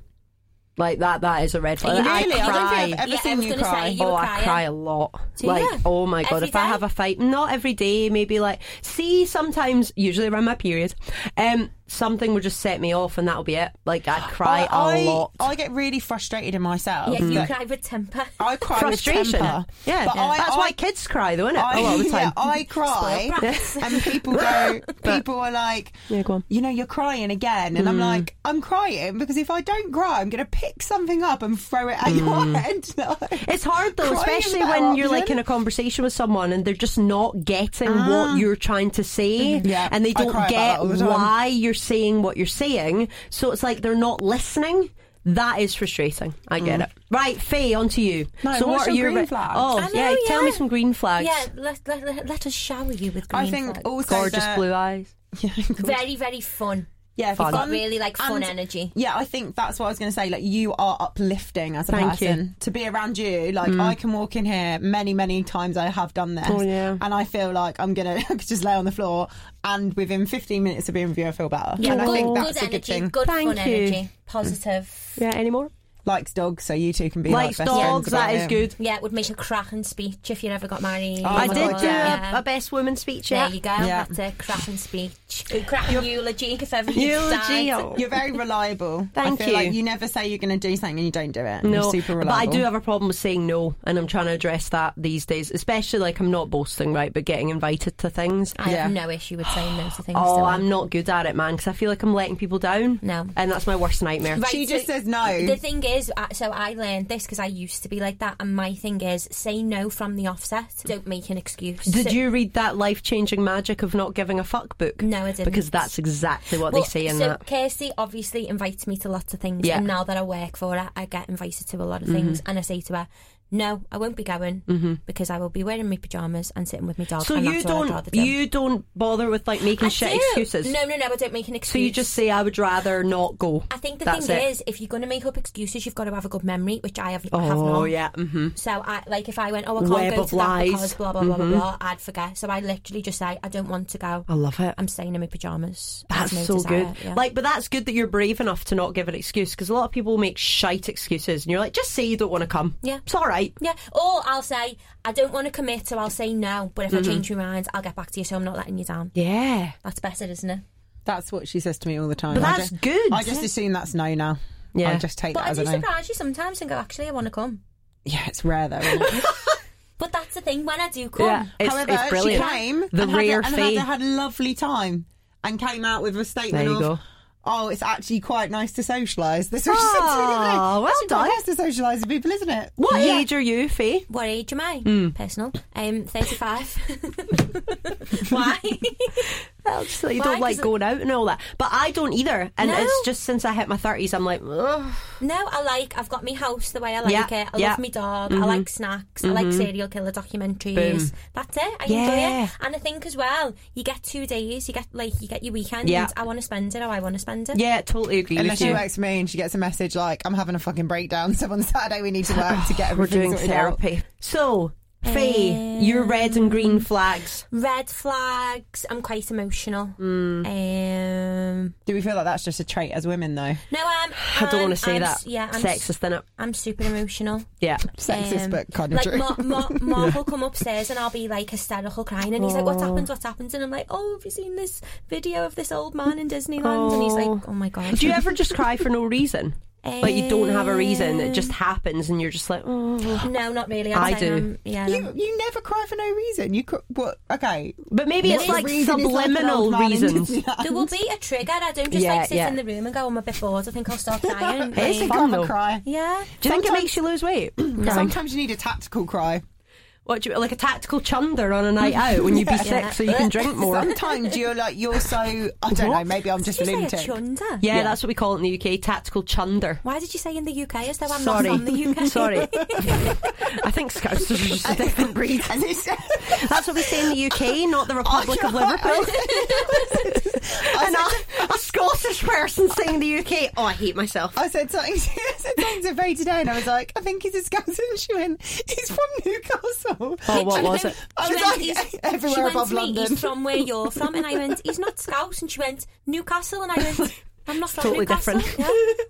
Speaker 1: Like that. That is a red flag. I
Speaker 3: Really? I don't
Speaker 1: cry.
Speaker 3: think I've ever
Speaker 4: Yeah, I
Speaker 3: seen
Speaker 4: was
Speaker 3: you
Speaker 4: gonna
Speaker 3: cry.
Speaker 4: say, you
Speaker 1: Oh,
Speaker 4: were
Speaker 1: I
Speaker 4: crying.
Speaker 1: cry a lot.
Speaker 4: Do
Speaker 1: like,
Speaker 4: ya?
Speaker 1: oh my god,
Speaker 4: Every
Speaker 1: if I
Speaker 4: day?
Speaker 1: have a fight, not every day, maybe like, see, sometimes, usually around my period, um, something would just set me off, and that'll be it. Like, I cry a
Speaker 3: I,
Speaker 1: lot.
Speaker 3: I get really frustrated in myself.
Speaker 4: Yeah, you
Speaker 3: that-
Speaker 4: cried with temper.
Speaker 3: I cry With
Speaker 1: Frustration. Yeah,
Speaker 3: temper. But I,
Speaker 1: that's
Speaker 3: I,
Speaker 1: why kids cry, though, isn't it?
Speaker 3: I,
Speaker 1: oh, all the
Speaker 3: yeah,
Speaker 1: time.
Speaker 3: I
Speaker 4: Spoiled
Speaker 3: cry,
Speaker 4: brats.
Speaker 3: and people go. People are like,
Speaker 1: Yeah, go on. Mm.
Speaker 3: you know, you're crying again, and I'm like, I'm crying because if I don't cry, I'm going to pick something up and throw it at
Speaker 1: Mm.
Speaker 3: your head.
Speaker 1: It's hard though,
Speaker 3: Crying is
Speaker 1: especially
Speaker 3: a better
Speaker 1: when you're
Speaker 3: option.
Speaker 1: like in a conversation with someone and they're just not getting what you're trying to say,
Speaker 3: Ah. Mm-hmm. Yeah,
Speaker 1: and they
Speaker 3: I cry
Speaker 1: don't
Speaker 3: about that
Speaker 1: get
Speaker 3: all the time.
Speaker 1: why you're saying what you're saying. So it's like they're not listening. That is frustrating. I get it. Right, Faye, on to you.
Speaker 3: Mm. No,
Speaker 1: so
Speaker 3: what's
Speaker 1: what are
Speaker 3: your
Speaker 1: your
Speaker 3: green
Speaker 1: re-
Speaker 3: flags?
Speaker 1: Oh,
Speaker 4: I know,
Speaker 1: yeah, tell
Speaker 4: yeah.
Speaker 1: me some green flags.
Speaker 4: Yeah, let, let, let, let us shower you with green
Speaker 3: I think
Speaker 4: flags.
Speaker 3: also
Speaker 1: Gorgeous
Speaker 3: that-
Speaker 1: blue eyes.
Speaker 4: very, very fun.
Speaker 3: Yeah,
Speaker 1: Fun.
Speaker 4: Got really like
Speaker 3: Um,
Speaker 4: fun
Speaker 3: and-
Speaker 4: energy.
Speaker 3: Yeah, I think that's what I was going to say. Like, you are uplifting as a
Speaker 1: Thank you. Mm.
Speaker 3: person. To be around you, like, I can walk in here many, many times. I have done this.
Speaker 1: Oh, yeah.
Speaker 3: And I feel like I'm going to just lay on the floor, and within 15 minutes of being with you, I feel better.
Speaker 4: Yeah,
Speaker 3: and
Speaker 4: good,
Speaker 3: I think that's a
Speaker 4: good
Speaker 3: good
Speaker 4: energy,
Speaker 3: thing.
Speaker 4: good
Speaker 1: Thank
Speaker 4: fun
Speaker 1: you.
Speaker 4: energy, positive.
Speaker 1: Yeah, any more?
Speaker 3: Likes dogs, so you two can be
Speaker 1: Likes
Speaker 3: like best
Speaker 1: dogs,
Speaker 3: friends about
Speaker 1: that is
Speaker 3: it.
Speaker 1: good.
Speaker 4: Yeah, it would make a cracking speech if you ever got married.
Speaker 3: Oh
Speaker 1: I
Speaker 3: my
Speaker 1: did
Speaker 3: God,
Speaker 1: do
Speaker 4: yeah.
Speaker 1: a, a best woman speech,
Speaker 4: There
Speaker 1: yeah.
Speaker 4: you go.
Speaker 3: Yeah.
Speaker 4: That's a cracking speech. A cracking eulogy if ever you
Speaker 1: Eulogy,
Speaker 4: died.
Speaker 1: oh.
Speaker 3: You're very reliable.
Speaker 1: Thank
Speaker 3: I
Speaker 1: you.
Speaker 3: feel Like you never say you're going to do something and you don't do it.
Speaker 1: No,
Speaker 3: You're super
Speaker 1: but I
Speaker 3: reliable.
Speaker 1: do have a problem with saying no, and I'm trying to address that these days. Especially like I'm not boasting, right? But getting invited to things.
Speaker 4: I have
Speaker 3: Yeah.
Speaker 4: no issue with saying no to things.
Speaker 1: Oh,
Speaker 4: do I?
Speaker 1: I'm not good at it, man, because I feel like I'm letting people down.
Speaker 4: No.
Speaker 1: and that's my worst nightmare.
Speaker 4: Right,
Speaker 3: She just
Speaker 4: so
Speaker 3: says no.
Speaker 4: The thing is, uh, so I learned this because I used to be like that, and my thing is, say no from the offset. Don't make an excuse.
Speaker 1: Did
Speaker 4: So-
Speaker 1: you read that life changing magic of not giving a fuck book?
Speaker 4: No, I didn't.
Speaker 1: Because that's exactly what
Speaker 4: Well,
Speaker 1: they say in
Speaker 4: so
Speaker 1: that.
Speaker 4: Kirsty obviously invites me to lots of things,
Speaker 1: Yeah. Mm-hmm.
Speaker 4: and now that I work for her, I get invited to a lot of things, and I say to her, no, I won't be going because I will be wearing my pajamas and sitting with my dog.
Speaker 1: So
Speaker 4: and
Speaker 1: you
Speaker 4: that's what I'd rather
Speaker 1: don't
Speaker 4: do.
Speaker 1: you don't bother with like making
Speaker 4: I
Speaker 1: shit
Speaker 4: do.
Speaker 1: excuses.
Speaker 4: No, no, no. I don't make an excuse.
Speaker 1: So you just say I would rather not go.
Speaker 4: I think the
Speaker 1: That's
Speaker 4: thing
Speaker 1: it.
Speaker 4: is, if you're going to make up excuses, you've got to have a good memory, which I have. I have
Speaker 1: Oh
Speaker 4: none.
Speaker 1: yeah. hmm
Speaker 4: So I like if I went, oh, I can't
Speaker 1: Web
Speaker 4: go
Speaker 1: of
Speaker 4: to
Speaker 1: lies. Mm-hmm.
Speaker 4: that because blah blah blah blah blah. I'd forget. So I literally just say I don't want to go.
Speaker 1: I love it.
Speaker 4: I'm staying in my pajamas. I have
Speaker 1: That's
Speaker 4: no
Speaker 1: so
Speaker 4: desire,
Speaker 1: good.
Speaker 4: yeah.
Speaker 1: Like, but that's good that you're brave enough to not give an excuse because a lot of people make shite excuses, and you're like, just say you don't want to come.
Speaker 4: Yeah.
Speaker 1: it's all right.
Speaker 4: yeah. Or I'll say I don't want to commit, so I'll say no. But if I change my mind, I'll get back to you. So I'm not letting you down.
Speaker 1: Mm-hmm. Yeah,
Speaker 4: That's better, isn't it?
Speaker 3: That's what she says to me all the time.
Speaker 1: But
Speaker 3: I
Speaker 1: that's
Speaker 3: ju-
Speaker 1: good.
Speaker 3: I just assume that's no now.
Speaker 1: Yeah.
Speaker 3: I just take
Speaker 4: But
Speaker 3: that
Speaker 4: I
Speaker 3: as
Speaker 4: do
Speaker 3: a no.
Speaker 4: surprise you sometimes and go, actually, I want to come.
Speaker 3: Yeah, it's rare though. Isn't it?
Speaker 4: But that's the thing. When I do come,
Speaker 1: it's,
Speaker 3: However,
Speaker 1: it's brilliant.
Speaker 3: she came.
Speaker 1: the
Speaker 3: and had a-
Speaker 1: rare
Speaker 3: and
Speaker 1: fee.
Speaker 3: Had, had a lovely time and came out with a
Speaker 1: There
Speaker 3: statement
Speaker 1: you
Speaker 3: of,
Speaker 1: go.
Speaker 3: "Oh, it's actually quite nice to socialise." This
Speaker 1: Aw,
Speaker 3: was
Speaker 1: Ah, well done.
Speaker 3: Nice to socialise with people, isn't it?
Speaker 1: What
Speaker 3: Yeah.
Speaker 1: age are you, Faye?
Speaker 4: what age am I?
Speaker 1: Hmm.
Speaker 4: Personal. Um, 35. Why?
Speaker 1: Well, just that you
Speaker 4: Why?
Speaker 1: don't like
Speaker 4: 'Cause it-
Speaker 1: going out and all that. But I don't either. And
Speaker 4: No.
Speaker 1: it's just since I hit my 30s, I'm like, ugh.
Speaker 4: no, I like, I've got my house the way I like
Speaker 1: Yeah,
Speaker 4: it. I
Speaker 1: yeah. Mm-hmm.
Speaker 4: love my dog. I like snacks. I like serial killer documentaries. That's it. I
Speaker 1: Yeah.
Speaker 4: enjoy it. And I think as well, you get two days. You get like, you get your weekend.
Speaker 1: Yeah.
Speaker 4: I want to spend it how I want to spend it.
Speaker 1: yeah, totally agree
Speaker 3: Unless
Speaker 1: with
Speaker 3: she
Speaker 1: you.
Speaker 3: works for me and she gets a message like, "I'm having a fucking breakdown, so on Saturday we need to work to get
Speaker 1: We're
Speaker 3: everything
Speaker 1: doing
Speaker 3: sorted
Speaker 1: therapy. So, Faye, your red and green flags.
Speaker 4: Red flags. I'm quite emotional.
Speaker 1: Mm.
Speaker 4: Um,
Speaker 3: out." Do we feel like that's just a trait as women though?
Speaker 4: no, I'm.
Speaker 1: I don't
Speaker 4: I'm-
Speaker 1: want to say
Speaker 4: I'm
Speaker 1: that.
Speaker 4: s- Yeah, I'm, s-
Speaker 1: Sexist, innit?
Speaker 4: I'm super emotional.
Speaker 1: Yeah.
Speaker 3: Sexist,
Speaker 4: Um,
Speaker 3: but kind of
Speaker 4: like
Speaker 3: true.
Speaker 4: Mar- Mar- Mark will come upstairs and I'll be like hysterical crying, and he's like, "What's happened? What's happened?" And I'm like, "Oh, have you seen this video of this old man in Disneyland?" And he's like, "Oh my god."
Speaker 1: Do you ever just cry for no reason? Like you don't have a reason, it
Speaker 3: Eh.
Speaker 1: just happens, and you're just like, oh.
Speaker 4: no, not really.
Speaker 1: I
Speaker 4: I'm saying
Speaker 1: do.
Speaker 4: I'm- yeah.
Speaker 3: you you never cry for no reason. You cr- what? Okay,
Speaker 1: but maybe it's
Speaker 3: What
Speaker 1: like
Speaker 3: reason is like an
Speaker 1: subliminal
Speaker 3: old man in
Speaker 1: reasons.
Speaker 3: Disneyland?
Speaker 4: there will be a trigger. I don't just
Speaker 1: Yeah,
Speaker 4: like sit
Speaker 1: yeah.
Speaker 4: in the room and go, "I'm a bit bored. I think I'll start crying."
Speaker 1: It's
Speaker 4: Like,
Speaker 1: fun.
Speaker 3: Can't
Speaker 1: though.
Speaker 3: cry.
Speaker 4: yeah.
Speaker 1: Do you think it
Speaker 3: Sometimes-
Speaker 1: makes you lose weight?
Speaker 3: Sometimes you need a tactical cry.
Speaker 1: What do you, like a tactical chunder on a night out when you be
Speaker 4: Yeah.
Speaker 1: sick, so you can drink more. Yeah,
Speaker 3: Sometimes you're like you're so I don't know. Maybe I'm just a
Speaker 4: Did you say a
Speaker 3: lunatic.
Speaker 4: chunder?
Speaker 1: that's what we call it in the UK, tactical chunder.
Speaker 4: Why did you say in the UK as though I'm
Speaker 1: Sorry.
Speaker 4: not from the UK?
Speaker 1: Sorry, I think Scousers are just a different breed.
Speaker 3: And it's-
Speaker 1: That's what we say in the UK, not
Speaker 3: Oh,
Speaker 1: the Republic of Liverpool. and a, a Scottish person saying the UK, oh, I hate myself.
Speaker 3: I said something. I said something to Faye today, and I was like, I think he's a Scouse. And she went, he's from Newcastle.
Speaker 1: Oh, what
Speaker 4: And
Speaker 1: was
Speaker 4: then
Speaker 1: it?
Speaker 3: I
Speaker 4: she
Speaker 3: was
Speaker 4: went,
Speaker 3: like,
Speaker 4: "He's-
Speaker 3: everywhere
Speaker 4: she went
Speaker 3: above
Speaker 4: to me,
Speaker 3: London.
Speaker 4: He's from where you're from, and I went, he's not Scouse, and she went Newcastle, and I went, I'm not from
Speaker 1: Totally
Speaker 4: Newcastle.
Speaker 1: different.
Speaker 4: Yeah.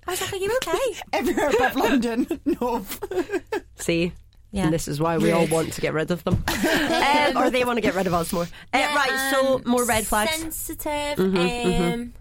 Speaker 4: I was like, are you okay?
Speaker 3: Everywhere above London, north.
Speaker 1: See?
Speaker 4: Yeah.
Speaker 1: And this is why we all want to get rid of them. um, or they want to get rid of us more. Uh,
Speaker 4: Yeah,
Speaker 1: right, so
Speaker 4: um,
Speaker 1: more red flags.
Speaker 4: Sensitive.
Speaker 1: Mm-hmm,
Speaker 4: um,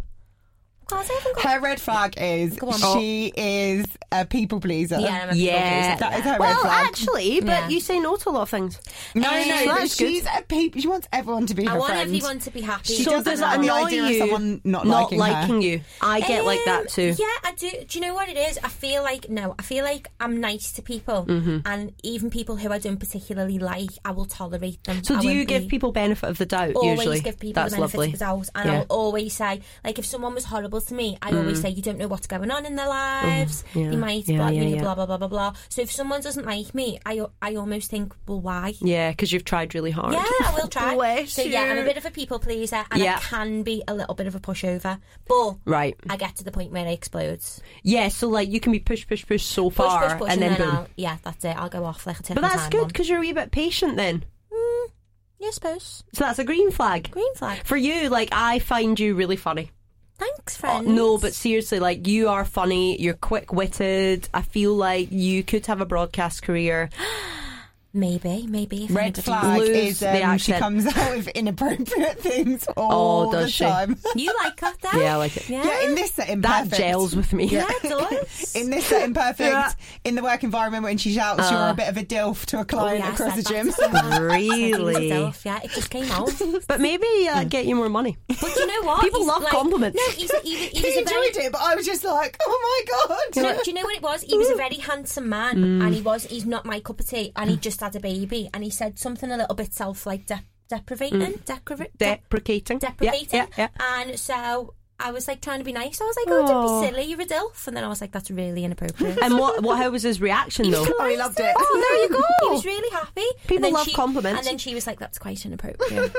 Speaker 4: God, I haven't got.
Speaker 3: Her red flag is
Speaker 4: Go on.
Speaker 3: she is a people pleaser.
Speaker 4: Yeah, I'm a people
Speaker 1: Yeah.
Speaker 4: pleaser,
Speaker 3: That is her red
Speaker 1: well,
Speaker 3: flag.
Speaker 1: actually, but
Speaker 4: Yeah.
Speaker 1: you say no to a lot of things.
Speaker 3: no,
Speaker 4: um,
Speaker 3: no,
Speaker 4: so
Speaker 3: but
Speaker 1: that's good.
Speaker 3: she's a people. She wants everyone to be her
Speaker 4: I want
Speaker 3: friend.
Speaker 4: everyone to be happy.
Speaker 3: She
Speaker 1: so
Speaker 3: doesn't
Speaker 1: does it
Speaker 3: like the
Speaker 1: annoy
Speaker 3: idea of
Speaker 1: you?
Speaker 3: someone not liking her?
Speaker 1: you. I get like that too.
Speaker 4: Um, Yeah, I do. Do you know what it is? I feel like no, I feel like I'm nice to people,
Speaker 1: Mm-hmm.
Speaker 4: and even people who I don't particularly like, I will tolerate them.
Speaker 1: So
Speaker 4: I
Speaker 1: do you
Speaker 4: won't
Speaker 1: give
Speaker 4: be-
Speaker 1: people benefit of the doubt?
Speaker 4: always
Speaker 1: usually,
Speaker 4: give people
Speaker 1: that's
Speaker 4: the benefit
Speaker 1: lovely.
Speaker 4: of the doubt, and
Speaker 1: Yeah. Mm.
Speaker 4: I'll always say, like, if someone was horrible to me, I always say, you don't know what's going on in their lives.
Speaker 1: yeah,
Speaker 4: You might,
Speaker 1: yeah,
Speaker 4: blah,
Speaker 1: yeah,
Speaker 4: you know,
Speaker 1: yeah.
Speaker 4: blah blah blah blah blah. So if someone doesn't like me, I I almost think, well, why?
Speaker 1: Yeah, because you've tried really hard.
Speaker 4: Yeah, I will try.
Speaker 1: Bless
Speaker 4: so yeah, I'm
Speaker 1: you.
Speaker 4: a bit of a people pleaser, and
Speaker 1: Yeah.
Speaker 4: I can be a little bit of a pushover, but
Speaker 1: Right.
Speaker 4: I get to the point where I explode.
Speaker 1: Yeah. So like, you can be push, push, push so
Speaker 4: Push,
Speaker 1: far,
Speaker 4: push, push,
Speaker 1: and then, boom.
Speaker 4: I'll, yeah, that's it. I'll go off like a ten.
Speaker 1: But that's good because you're a wee bit patient then.
Speaker 4: Yeah, I suppose
Speaker 1: So that's a green flag.
Speaker 4: green flag.
Speaker 1: For you, like I find you really funny.
Speaker 4: Thanks,
Speaker 1: Oh,
Speaker 4: friend.
Speaker 1: no, but seriously, like you are funny. You're quick witted. I feel like you could have a broadcast career.
Speaker 4: maybe, maybe if
Speaker 3: Red
Speaker 4: anybody-
Speaker 3: flag
Speaker 1: Lose
Speaker 3: is
Speaker 1: the
Speaker 3: um, she
Speaker 1: accent.
Speaker 3: comes out with inappropriate things all
Speaker 1: Oh, does
Speaker 3: the
Speaker 1: she?
Speaker 3: time.
Speaker 4: You like that? Dad?
Speaker 1: Yeah, I like it.
Speaker 4: Yeah,
Speaker 3: Yeah, in this setting,
Speaker 1: That
Speaker 3: perfect.
Speaker 1: gels with me.
Speaker 4: yeah, it does.
Speaker 3: In this setting, perfect.
Speaker 1: Yeah. Uh.
Speaker 3: In the work environment, when she shouts, "You're a bit of a dilf" to a
Speaker 4: Oh,
Speaker 3: client
Speaker 4: yeah, I
Speaker 3: across the
Speaker 4: said that
Speaker 3: gym.
Speaker 4: to someone. I said it
Speaker 1: Really.
Speaker 4: myself, Yeah, it just came out.
Speaker 1: But maybe uh, get you more money.
Speaker 4: But you know what?
Speaker 1: People love compliments.
Speaker 4: No, he's, he, he
Speaker 3: He
Speaker 4: was a very.
Speaker 3: enjoyed it, but I was just like, "Oh my
Speaker 4: Do
Speaker 3: god!"
Speaker 4: you, know, do you know what it was? He was a very handsome man,
Speaker 1: Mm.
Speaker 4: and he was. He's not my cup of tea, and he just had a baby, and he said something a little bit self like de- deprivating, deprivating,
Speaker 1: Deprecating. Mm. Yeah,
Speaker 4: deprivating,
Speaker 1: yeah, yeah.
Speaker 4: and so. I was like trying to be nice. I was like, oh, don't
Speaker 1: Aw.
Speaker 4: be silly, you're a dilf. And then I was like, that's really inappropriate.
Speaker 1: And what, what? How was his reaction though?
Speaker 3: Oh, he loved it.
Speaker 1: Oh, there you go.
Speaker 4: He was really happy. And
Speaker 1: People
Speaker 4: then
Speaker 1: love
Speaker 4: she-
Speaker 1: compliments.
Speaker 4: And then she was like, that's quite inappropriate.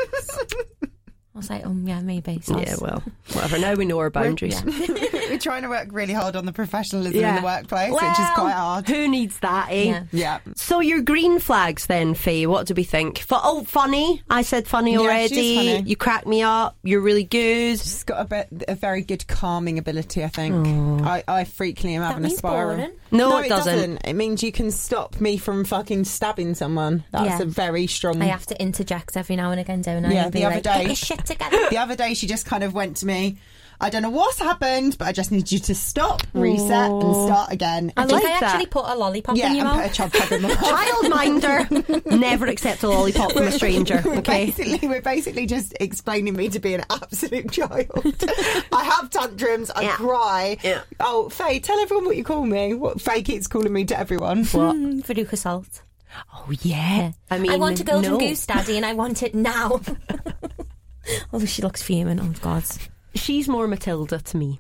Speaker 4: I was like, um, yeah, maybe. So I was-
Speaker 1: Yeah, well, whatever. Now we know our boundaries.
Speaker 3: We're trying to work really hard on the professionalism
Speaker 1: Yeah.
Speaker 3: in the workplace,
Speaker 1: Well,
Speaker 3: which is quite hard.
Speaker 1: Who needs that, eh?
Speaker 4: Yeah.
Speaker 3: Yeah.
Speaker 1: So your green flags then, Faye, what do we think? Fu- oh, funny. I said funny already.
Speaker 3: she's funny.
Speaker 1: You crack me up. You're really good.
Speaker 3: She's got a, bit, a very good calming ability, I think. I, I frequently am having
Speaker 4: means
Speaker 3: a spiral.
Speaker 4: boring.
Speaker 1: No, it
Speaker 3: it
Speaker 1: doesn't.
Speaker 3: It means you can stop me from fucking stabbing someone. That's
Speaker 4: Yeah.
Speaker 3: a very strong.
Speaker 4: I have to interject every now and again, don't I?
Speaker 3: Mm. Yeah,
Speaker 4: And be
Speaker 3: the other
Speaker 4: like,
Speaker 3: day-
Speaker 4: Get your shit together.
Speaker 3: The other day, she just kind of went to me. I don't know what's happened, but I just need you to stop, reset, and start again.
Speaker 1: I
Speaker 4: I think
Speaker 1: like
Speaker 4: I
Speaker 1: that.
Speaker 4: actually put a lollipop
Speaker 3: yeah,
Speaker 4: in your
Speaker 3: and put
Speaker 4: mouth.
Speaker 3: a chub plug in the
Speaker 1: Childminder. Never accept a lollipop from a stranger.
Speaker 3: We're
Speaker 1: Okay.
Speaker 3: Basically, we're basically just explaining me to be an absolute child. I have tantrums. I
Speaker 1: Yeah.
Speaker 3: cry.
Speaker 1: Yeah.
Speaker 3: Oh, Faye, tell everyone what you call me. What Faye keeps calling me to everyone. What?
Speaker 4: Mm, Veruca salt.
Speaker 1: Oh yeah. I mean,
Speaker 4: I want a golden
Speaker 1: no.
Speaker 4: goose, Daddy, and I want it now. Although she looks fuming. Oh God,
Speaker 1: She's more Matilda to me.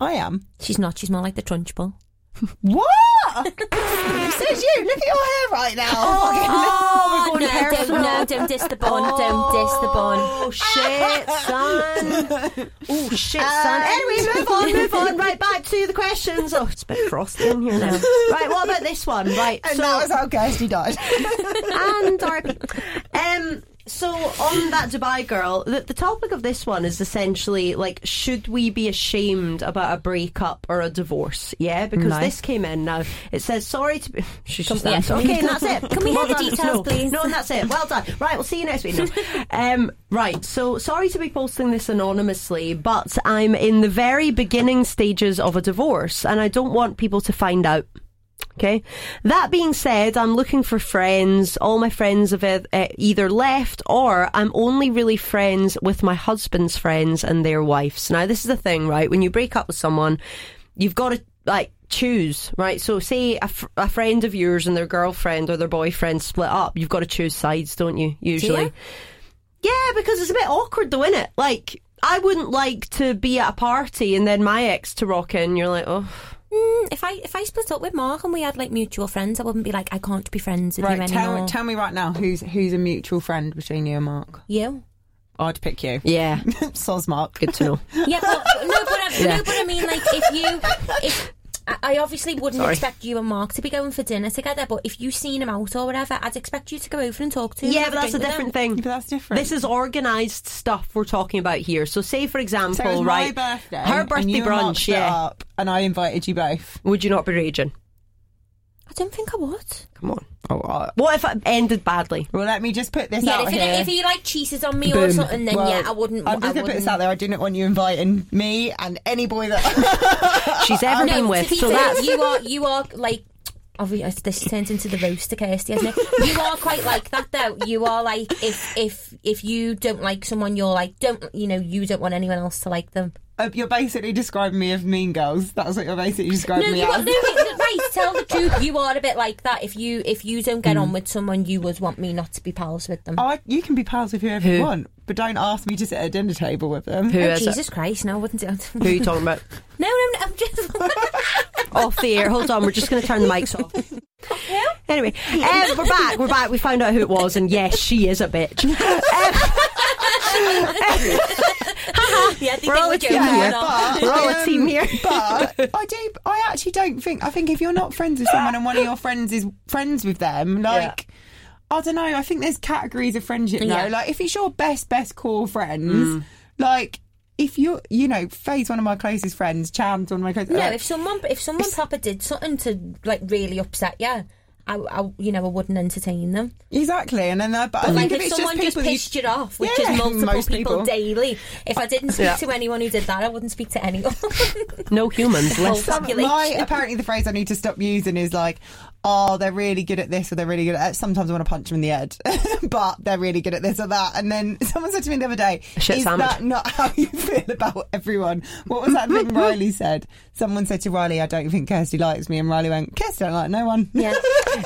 Speaker 3: I am.
Speaker 4: she's not. She's more like the Trunchbull.
Speaker 3: What? Says you. Look at your hair right now.
Speaker 1: Oh, we're going
Speaker 4: no,
Speaker 1: hair
Speaker 4: don't,
Speaker 1: flip.
Speaker 4: no, don't diss the bun. Don't diss the bun.
Speaker 1: Oh shit, son. Oh shit,
Speaker 3: uh,
Speaker 4: Uh,
Speaker 1: son. Anyway, move on, move on. Right back to the questions. Oh, it's a bit frosty in here now. Right, what about this one? Right,
Speaker 3: and
Speaker 1: so
Speaker 3: that was how Kirsty died.
Speaker 1: and Darby. Um, so on that Dubai girl, the, the topic of this one is essentially like, should we be ashamed about a breakup or a divorce? Yeah, because this came in now. It says sorry to be. She's just
Speaker 4: Yeah.
Speaker 1: answered. Okay, and that's it.
Speaker 4: Can we
Speaker 1: well
Speaker 4: have the
Speaker 1: done.
Speaker 4: details,
Speaker 1: No.
Speaker 4: please?
Speaker 1: No, and that's it. Well done. Right, we'll see you next week. No. Um, right, so sorry to be posting this anonymously, but I'm in the very beginning stages of a divorce, and I don't want people to find out. Okay. That being said, I'm looking for friends. All my friends have e- e- either left or I'm only really friends with my husband's friends and their wives. Now, this is the thing, right? When you break up with someone, you've got to like choose, right? So, say a, fr- a friend of yours and their girlfriend or their boyfriend split up, you've got to choose sides, don't you? Usually.
Speaker 4: ya?
Speaker 1: Yeah, because it's a bit awkward though, innit? Like, I wouldn't like to be at a party and then my ex to rock in. You're like, oh.
Speaker 4: Mm, if I if I split up with Mark and we had like mutual friends, I wouldn't be like I can't be friends with you
Speaker 3: right.
Speaker 4: anymore.
Speaker 3: Tell, tell me right now who's who's a mutual friend between you and Mark.
Speaker 4: you.
Speaker 3: I'd pick you.
Speaker 1: Yeah.
Speaker 3: Soz Mark.
Speaker 1: Good to know.
Speaker 4: Yeah, but no, but I, no, but I mean, like, if you, if I I obviously wouldn't
Speaker 1: Sorry.
Speaker 4: expect you and Mark to be going for dinner together, but if you've seen him out or whatever, I'd expect you to go over and talk to him.
Speaker 1: Yeah,
Speaker 4: and
Speaker 1: but
Speaker 4: have
Speaker 1: that's a
Speaker 4: drink
Speaker 1: different
Speaker 4: with
Speaker 1: thing.
Speaker 3: But that's different.
Speaker 1: This is organised stuff we're talking about here. So, say for example,
Speaker 3: so it was
Speaker 1: right,
Speaker 3: my birthday.
Speaker 1: her
Speaker 3: and
Speaker 1: birthday
Speaker 3: you and Mark
Speaker 1: brunch,
Speaker 3: split
Speaker 1: yeah.
Speaker 3: up, and I invited you both.
Speaker 1: Would you not be raging?
Speaker 4: him. I don't think I would.
Speaker 1: Come on.
Speaker 3: Oh, I-
Speaker 1: What if it ended badly?
Speaker 3: well, let me just put this
Speaker 4: Yeah,
Speaker 3: out
Speaker 4: if,
Speaker 3: here.
Speaker 4: It, if he like cheated on me or
Speaker 3: Boom.
Speaker 4: something, then
Speaker 3: Well,
Speaker 4: yeah, I wouldn't.
Speaker 3: I'm just
Speaker 4: I
Speaker 3: gonna put
Speaker 4: wouldn't.
Speaker 3: this out there. I didn't want you inviting me and any boy that.
Speaker 1: She's ever
Speaker 4: No,
Speaker 1: been
Speaker 4: to
Speaker 1: with.
Speaker 4: be
Speaker 1: So
Speaker 4: fair,
Speaker 1: that's
Speaker 4: you are you are like. Obviously, this turns into the roaster, Kirsty, hasn't it? You are quite like that, though. You are like if if if you don't like someone, you're like don't you know you don't want anyone else to like them.
Speaker 3: Uh, you're basically describing me as mean girls. That's what you're basically describing
Speaker 4: No,
Speaker 3: me
Speaker 4: you are,
Speaker 3: as.
Speaker 4: no, wait, right. Tell the truth. You are a bit like that. If you if you don't get on with someone, you would want me not to be pals with them.
Speaker 3: Mm. Oh, I- you can be pals with whoever you want, but don't ask me to sit at a dinner table with them.
Speaker 1: who
Speaker 4: Oh,
Speaker 1: is it?
Speaker 4: Jesus Christ! No, I wouldn't do it.
Speaker 1: Who
Speaker 4: no,
Speaker 1: are you talking about?
Speaker 4: no, no. I'm just.
Speaker 1: off the air. Hold on, we're just going to turn the mics off. Anyway, um, we're back. We're back. We found out who it was, and yes, she is a bitch.
Speaker 4: yeah, they
Speaker 1: We're
Speaker 4: think
Speaker 1: all
Speaker 4: we're
Speaker 1: a team
Speaker 4: joking.
Speaker 1: here.
Speaker 4: we're not.
Speaker 1: We're all a
Speaker 3: um,
Speaker 1: team here.
Speaker 3: but I do. I actually don't think. I think if you're not friends with someone and one of your friends is friends with them, like. I don't know. I think there's categories of friendship now.
Speaker 4: Yeah. Mm.
Speaker 3: Like if it's your best, best core friends, like if you're, you know, Faye's one of my closest friends, Chan's one of my closest.
Speaker 4: No,
Speaker 3: like,
Speaker 4: if someone if someone proper did something to like really upset you, I, I you know I wouldn't entertain them.
Speaker 3: exactly. And then, that, but, I
Speaker 4: Like
Speaker 3: think
Speaker 4: if,
Speaker 3: if it's just
Speaker 4: someone just
Speaker 3: people, that you-
Speaker 4: pissed you off, which
Speaker 3: Yeah,
Speaker 4: is multiple
Speaker 3: most
Speaker 4: people,
Speaker 3: people. Uh,
Speaker 4: daily. If I didn't speak
Speaker 1: Yeah.
Speaker 4: to anyone who did that, I wouldn't speak to anyone.
Speaker 1: No humans
Speaker 4: Whole
Speaker 1: left.
Speaker 4: population.
Speaker 3: My apparently the phrase I need to stop using is like, oh, they're really good at this or they're really good at that. Sometimes I want to punch them in the head, but they're really good at this or that. And then someone said to me the other day,
Speaker 1: A shit
Speaker 3: is
Speaker 1: sandwich.
Speaker 3: that not how you feel about everyone? What was that thing Riley said? Someone said to Riley, I don't think Kirsty likes me, and Riley went, Kirsty don't like no one.
Speaker 4: yeah.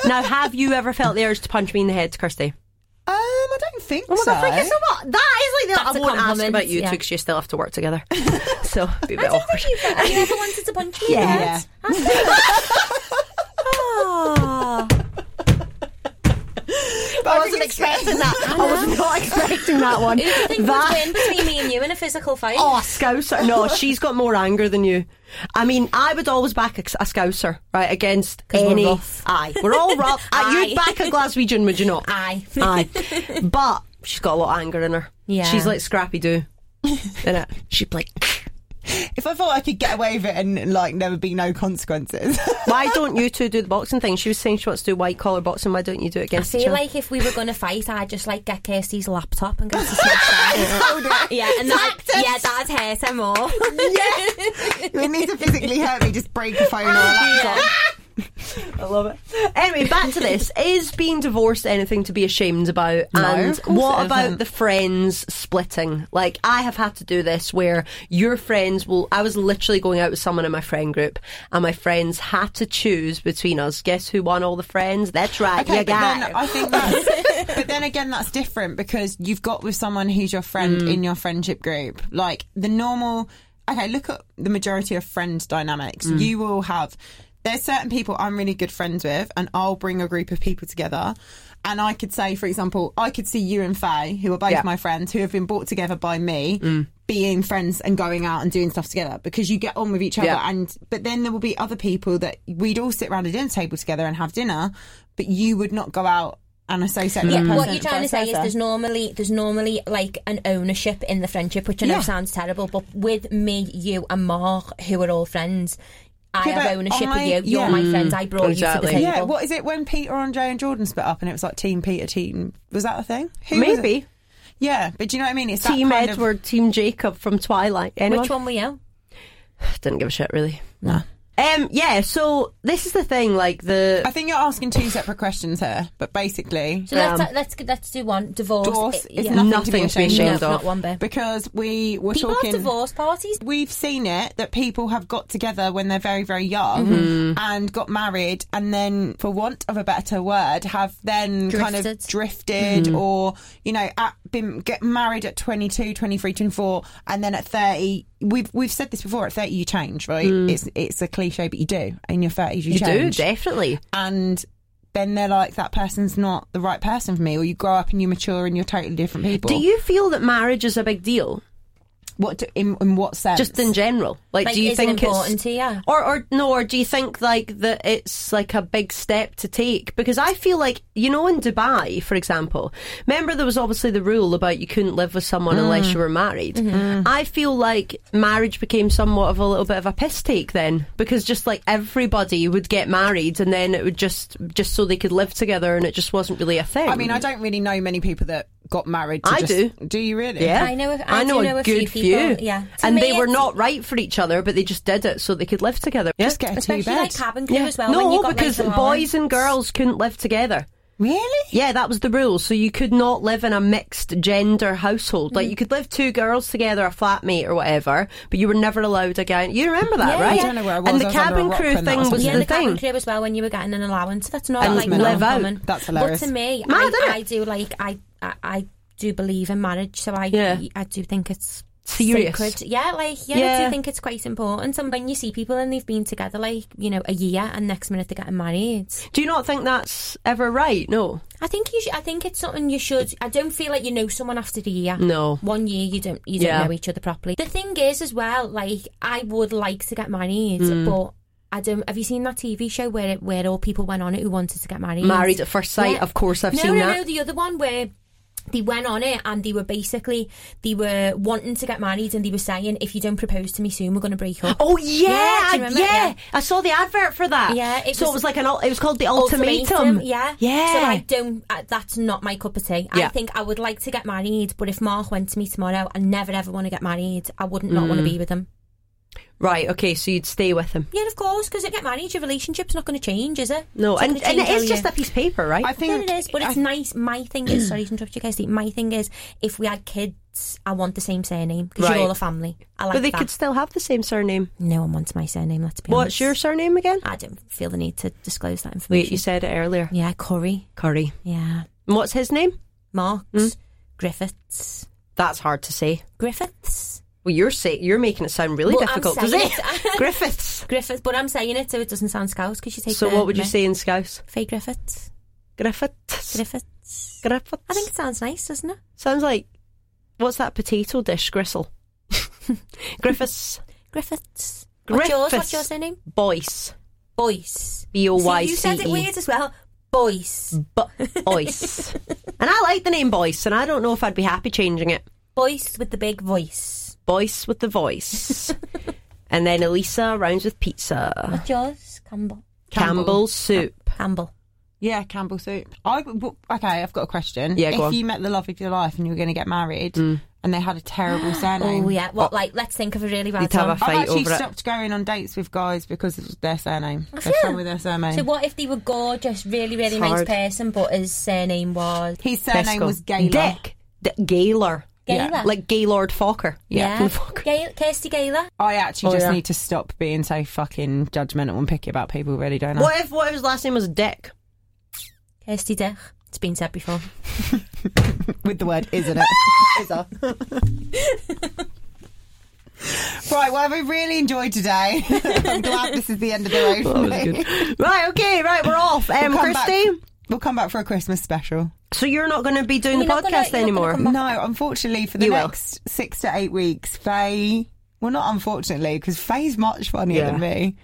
Speaker 1: Now, have you ever felt the urge to punch me in the head, Kirsty?
Speaker 3: Um, I don't think
Speaker 1: Oh my
Speaker 3: so.
Speaker 1: god, thank you so much. That is like the
Speaker 4: That's
Speaker 1: I
Speaker 4: a
Speaker 1: won't ask
Speaker 4: compliment,
Speaker 1: about you
Speaker 4: yeah.
Speaker 1: two because you still have to work together. so it'd be a
Speaker 4: I
Speaker 1: bit
Speaker 4: don't
Speaker 1: awkward.
Speaker 4: think you but I also wanted to punch you.
Speaker 1: Yeah.
Speaker 4: right? Oh.
Speaker 3: But
Speaker 1: I
Speaker 3: think
Speaker 1: wasn't
Speaker 3: it's-
Speaker 1: expecting that. I was not expecting that one.
Speaker 4: Who do you think
Speaker 1: That-
Speaker 4: would win between me and you in a physical fight?
Speaker 1: Oh, a scouser. No, she's got more anger than you. I mean, I would always back a, a scouser, right, against
Speaker 4: we're
Speaker 1: any.
Speaker 4: rough.
Speaker 1: Aye. We're all rough. Uh, You'd
Speaker 4: Aye.
Speaker 1: back a Glaswegian, would you not?
Speaker 4: Aye.
Speaker 1: Aye. But she's got a lot of anger in her.
Speaker 4: Yeah.
Speaker 1: She's like Scrappy Doo. In it. She'd be like,
Speaker 3: If I thought I could get away with it and like there would be no consequences,
Speaker 1: why don't you two do the boxing thing? She was saying she wants to do white collar boxing. Why don't you do it
Speaker 4: I
Speaker 1: against each
Speaker 4: feel
Speaker 1: other?
Speaker 4: like if we were going to fight, I'd just like get Kirsty's laptop and go to
Speaker 3: Oh,
Speaker 4: smash Yeah, and that, yeah, that'd hurt her more.
Speaker 3: you need to physically hurt me. Just break a phone or a laptop.
Speaker 1: I love it. Anyway, back to this. Is being divorced anything to be ashamed about?
Speaker 3: No,
Speaker 1: and
Speaker 3: of course
Speaker 1: what
Speaker 3: it
Speaker 1: about
Speaker 3: isn't.
Speaker 1: the friends splitting? Like, I have had to do this where your friends will. I was literally going out with someone in my friend group, and my friends had to choose between us. Guess who won all the friends? That's right,
Speaker 3: Okay,
Speaker 1: you
Speaker 3: but
Speaker 1: got
Speaker 3: then uh,
Speaker 1: it.
Speaker 3: I think that's, but then again, that's different because you've got with someone who's your friend
Speaker 1: Mm.
Speaker 3: in your friendship group. Like the normal, okay, look at the majority of friend dynamics.
Speaker 1: Mm.
Speaker 3: You will have, there's certain people I'm really good friends with, and I'll bring a group of people together. And I could say, for example, I could see you and Faye, who are both
Speaker 1: Yeah. Mm.
Speaker 3: my friends, who have been brought together by me. Being friends and going out and doing stuff together because you get on with each other,
Speaker 1: Yeah.
Speaker 3: and but then there will be other people that we'd all sit around a dinner table together and have dinner, but you would not go out and associate. with that
Speaker 4: Yeah, what
Speaker 3: person
Speaker 4: you're trying
Speaker 3: vice
Speaker 4: to say is
Speaker 3: versa.
Speaker 4: there's normally there's normally like an ownership in the friendship, which I know
Speaker 3: Yeah.
Speaker 4: sounds terrible, but with me, you, and Mark, who are all friends, I
Speaker 3: Yeah,
Speaker 4: have
Speaker 3: but
Speaker 4: ownership
Speaker 3: I-
Speaker 4: of you. You're
Speaker 3: yeah.
Speaker 4: my friend. I brought
Speaker 1: Exactly.
Speaker 4: you to the
Speaker 3: yeah.
Speaker 4: table.
Speaker 3: What is it when Peter, Andre, and Jordan split up, and it was like Team Peter, Team was that a thing? Who was it?
Speaker 1: Maybe
Speaker 3: Yeah, but do you know what I mean? It's
Speaker 1: Team
Speaker 3: that kind of-
Speaker 1: Edward, Team Jacob from Twilight. Anyone?
Speaker 4: Which one were you?
Speaker 1: Didn't give a shit really.
Speaker 3: Nah.
Speaker 1: Um, yeah. So this is the thing. Like the
Speaker 3: I think you're asking two separate questions here, but basically,
Speaker 4: So let's, let's let's do one divorce.
Speaker 3: Um, Divorce is
Speaker 4: yeah.
Speaker 3: nothing,
Speaker 1: Nothing
Speaker 3: to be ashamed
Speaker 4: no,
Speaker 1: ashamed
Speaker 3: of.
Speaker 1: of.
Speaker 4: not one bit.
Speaker 3: Because we were
Speaker 4: People
Speaker 3: talking
Speaker 4: have divorce parties.
Speaker 3: we've seen it that people have got together when they're very very young
Speaker 1: Mm-hmm.
Speaker 3: and got married and then for want of a better word have then kind of
Speaker 4: Drifted.
Speaker 3: drifted
Speaker 1: Mm.
Speaker 3: or you know at, been get married at 22 23 24 and then at 30 we've we've said this before at 30 you change right it's it's a cliche but you do in your 30s
Speaker 1: Mm.
Speaker 3: you,
Speaker 1: you do
Speaker 3: change
Speaker 1: definitely.
Speaker 3: and then they're like that person's not the right person for me or you grow up and you mature and you're totally different people
Speaker 1: Do you feel that marriage is a big deal?
Speaker 3: what do, in, in what sense
Speaker 1: just in general like,
Speaker 4: Like,
Speaker 1: do you
Speaker 4: is it
Speaker 1: think
Speaker 4: important
Speaker 1: it's
Speaker 4: to you?
Speaker 1: or or no or do you think like that it's like a big step to take because i feel like you know in dubai for example remember there was obviously the rule about you couldn't live with someone
Speaker 4: Mm.
Speaker 1: unless you were married
Speaker 4: Mm-hmm.
Speaker 1: i feel like marriage became somewhat of a little bit of a piss take then because just like everybody would get married and then it would just just so they could live together and it just wasn't really a thing
Speaker 3: I mean, I don't really know many people that got married. To
Speaker 1: I
Speaker 3: just-
Speaker 1: do.
Speaker 3: Do you really?
Speaker 1: yeah,
Speaker 4: I know- I
Speaker 1: I know
Speaker 4: do
Speaker 1: a
Speaker 4: know a few
Speaker 1: good
Speaker 4: people, yeah. To
Speaker 1: and
Speaker 4: me,
Speaker 1: they were
Speaker 4: it's-
Speaker 1: not right for each other, but they just did it so they could live together. Yeah?
Speaker 3: Just get a two
Speaker 4: Especially
Speaker 3: bed.
Speaker 4: like cabin crew as well.
Speaker 1: no,
Speaker 4: when you got, like,
Speaker 1: because
Speaker 4: the
Speaker 1: boys
Speaker 4: allowance.
Speaker 1: and girls couldn't live together.
Speaker 3: really?
Speaker 1: Yeah, that was the rule. So you could not live in a mixed gender household.
Speaker 4: Mm-hmm.
Speaker 1: Like you could live two girls together, a flatmate or whatever, but you were never allowed a guy. You remember that,
Speaker 4: Yeah,
Speaker 1: right?
Speaker 4: I don't
Speaker 3: know where I was.
Speaker 1: And the
Speaker 3: I was under a
Speaker 1: cabin
Speaker 3: rock
Speaker 1: crew
Speaker 3: when that
Speaker 1: thing
Speaker 3: was
Speaker 1: was
Speaker 4: Yeah,
Speaker 1: the
Speaker 4: and the cabin
Speaker 1: thing.
Speaker 4: crew as well when you were getting an allowance. That's not
Speaker 1: And
Speaker 4: like
Speaker 3: live
Speaker 4: not
Speaker 1: out.
Speaker 4: common.
Speaker 3: That's hilarious.
Speaker 4: But to me,
Speaker 1: Mad,
Speaker 4: I,
Speaker 1: innit?
Speaker 4: I do like I, I I do believe in marriage, so I
Speaker 1: Yeah.
Speaker 4: I do think it's
Speaker 1: Serious.
Speaker 4: Sacred. Yeah, like yeah, I
Speaker 1: Yeah.
Speaker 4: do think it's quite important. And when you see people and they've been together like you know a year, and next minute they're getting married.
Speaker 1: Do you not think that's ever right? No,
Speaker 4: I think you. Should, I think it's something you should. I don't feel like you know someone after the year.
Speaker 1: No.
Speaker 4: one year you don't. You don't
Speaker 1: Yeah.
Speaker 4: know each other properly. The thing is, as well, like I would like to get married,
Speaker 1: Mm.
Speaker 4: but I don't. Have you seen that TV show where it, where all people went on it who wanted to get married?
Speaker 1: married at first sight.
Speaker 4: Yeah.
Speaker 1: Of course, I've
Speaker 4: no,
Speaker 1: seen
Speaker 4: no,
Speaker 1: that.
Speaker 4: No, the other one where they went on it and they were basically they were wanting to get married and they were saying, if you don't propose to me soon, we're going to break up.
Speaker 1: Oh yeah,
Speaker 4: Yeah, do you
Speaker 1: I-
Speaker 4: remember?
Speaker 1: yeah.
Speaker 4: Yeah.
Speaker 1: I saw the advert for that.
Speaker 4: Yeah, it
Speaker 1: so it
Speaker 4: was-
Speaker 1: was like an. ul- It was called the ultimatum.
Speaker 4: yeah,
Speaker 1: yeah.
Speaker 4: So I don't. Uh, that's not my cup of tea.
Speaker 1: Yeah.
Speaker 4: I think I would like to get married, but if Mark went to me tomorrow, I never ever want to get married. I wouldn't not
Speaker 1: Mm.
Speaker 4: want to be with him.
Speaker 1: right. Okay. So you'd stay with him.
Speaker 4: Yeah, of course, because if you get married, your relationship's not going to change, is it?
Speaker 1: No,
Speaker 4: It's not
Speaker 1: and,
Speaker 4: gonna
Speaker 1: and it
Speaker 4: change
Speaker 1: is
Speaker 4: how
Speaker 1: just
Speaker 4: you-
Speaker 1: a piece of paper, right?
Speaker 3: I
Speaker 4: Yeah,
Speaker 3: think
Speaker 4: it is, but it's
Speaker 3: I,
Speaker 4: nice. My thing is, sorry to interrupt you, Kirsty. My thing is, if we had kids, I want the same surname because
Speaker 1: Right.
Speaker 4: you're all a family. I like
Speaker 1: but they
Speaker 4: that.
Speaker 1: could still have the same surname.
Speaker 4: No one wants my surname. Let's be honest.
Speaker 1: What's your surname again?
Speaker 4: I don't feel the need to disclose that information.
Speaker 1: Wait, you said it earlier.
Speaker 4: yeah, Corey.
Speaker 1: Curry.
Speaker 4: Yeah,
Speaker 1: And what's his name?
Speaker 4: Marks,
Speaker 1: Hmm?
Speaker 4: Griffiths,
Speaker 1: That's hard to say.
Speaker 4: Griffiths.
Speaker 1: Well, you're say, you're making it sound really
Speaker 4: Well, I'm
Speaker 1: difficult to say.
Speaker 4: saying it.
Speaker 1: Griffiths.
Speaker 4: Griffiths, but I'm saying it so it doesn't sound scouse because you take.
Speaker 1: So
Speaker 4: the
Speaker 1: what would you
Speaker 4: myth.
Speaker 1: say in Scouse?
Speaker 4: Faye Griffiths.
Speaker 1: Griffiths.
Speaker 4: Griffiths.
Speaker 1: Griffiths.
Speaker 4: I think it sounds nice, doesn't it?
Speaker 1: sounds like what's that potato dish? Gristle. Griffiths.
Speaker 4: Griffiths. What's yours? What's your surname?
Speaker 1: Boyce.
Speaker 4: Boyce.
Speaker 1: B o y
Speaker 4: See, you said it
Speaker 1: c e.
Speaker 4: weird as well. Boyce.
Speaker 1: Boyce. and I like the name Boyce, and I don't know if I'd be happy changing it.
Speaker 4: Boyce with the big voice.
Speaker 1: Boyce with the voice. and then Elisa rounds with pizza.
Speaker 4: What's yours? Campbell.
Speaker 1: Campbell's soup.
Speaker 4: Campbell.
Speaker 3: Yeah, Campbell soup. I w- okay. I've got a question.
Speaker 1: Yeah,
Speaker 3: if
Speaker 1: go on. Mm.
Speaker 3: you met the love of your life and you were going to get married, and they had a terrible surname,
Speaker 4: Oh yeah. What like? Let's think of a really bad
Speaker 1: You'd have
Speaker 4: one.
Speaker 1: a
Speaker 3: I've
Speaker 1: Fight
Speaker 3: actually
Speaker 1: over it.
Speaker 3: stopped going on dates with guys because of their surname. They're
Speaker 4: you?
Speaker 3: fine with their surname.
Speaker 4: So what if they were gorgeous, really, really
Speaker 1: It's
Speaker 4: nice
Speaker 1: hard.
Speaker 4: person, but his surname was
Speaker 3: His
Speaker 1: Best
Speaker 3: surname
Speaker 1: go.
Speaker 3: was Gaylor.
Speaker 1: Dick. D- Gaylor.
Speaker 4: Gaylor?
Speaker 3: Yeah,
Speaker 1: Like Gaylord Fokker.
Speaker 4: yeah,
Speaker 1: Gaylord Fokker.
Speaker 4: Gail- Kirsty Gaylor.
Speaker 3: I actually
Speaker 1: Oh,
Speaker 3: just
Speaker 1: yeah.
Speaker 3: need to stop being so fucking judgmental and picky about people, really, don't I?
Speaker 1: What if what if his last name was Dick?
Speaker 4: Kirsty Dick. It's been said before.
Speaker 3: With the word, isn't it? Isn't Right, well, we really enjoyed today. I'm glad this is the end of the road. for me.
Speaker 1: right, okay, right, we're off. Um,
Speaker 3: We'll come back-
Speaker 1: Christy,
Speaker 3: We'll come back for a Christmas special.
Speaker 1: so you're not going to be doing
Speaker 4: You're
Speaker 1: the
Speaker 4: not gonna-
Speaker 1: podcast
Speaker 4: you're not gonna
Speaker 1: anymore?
Speaker 4: come back.
Speaker 3: No, unfortunately, for the
Speaker 1: You will.
Speaker 3: next six to eight weeks, Faye. Well, not unfortunately, because Faye's much funnier
Speaker 1: Yeah.
Speaker 3: than me.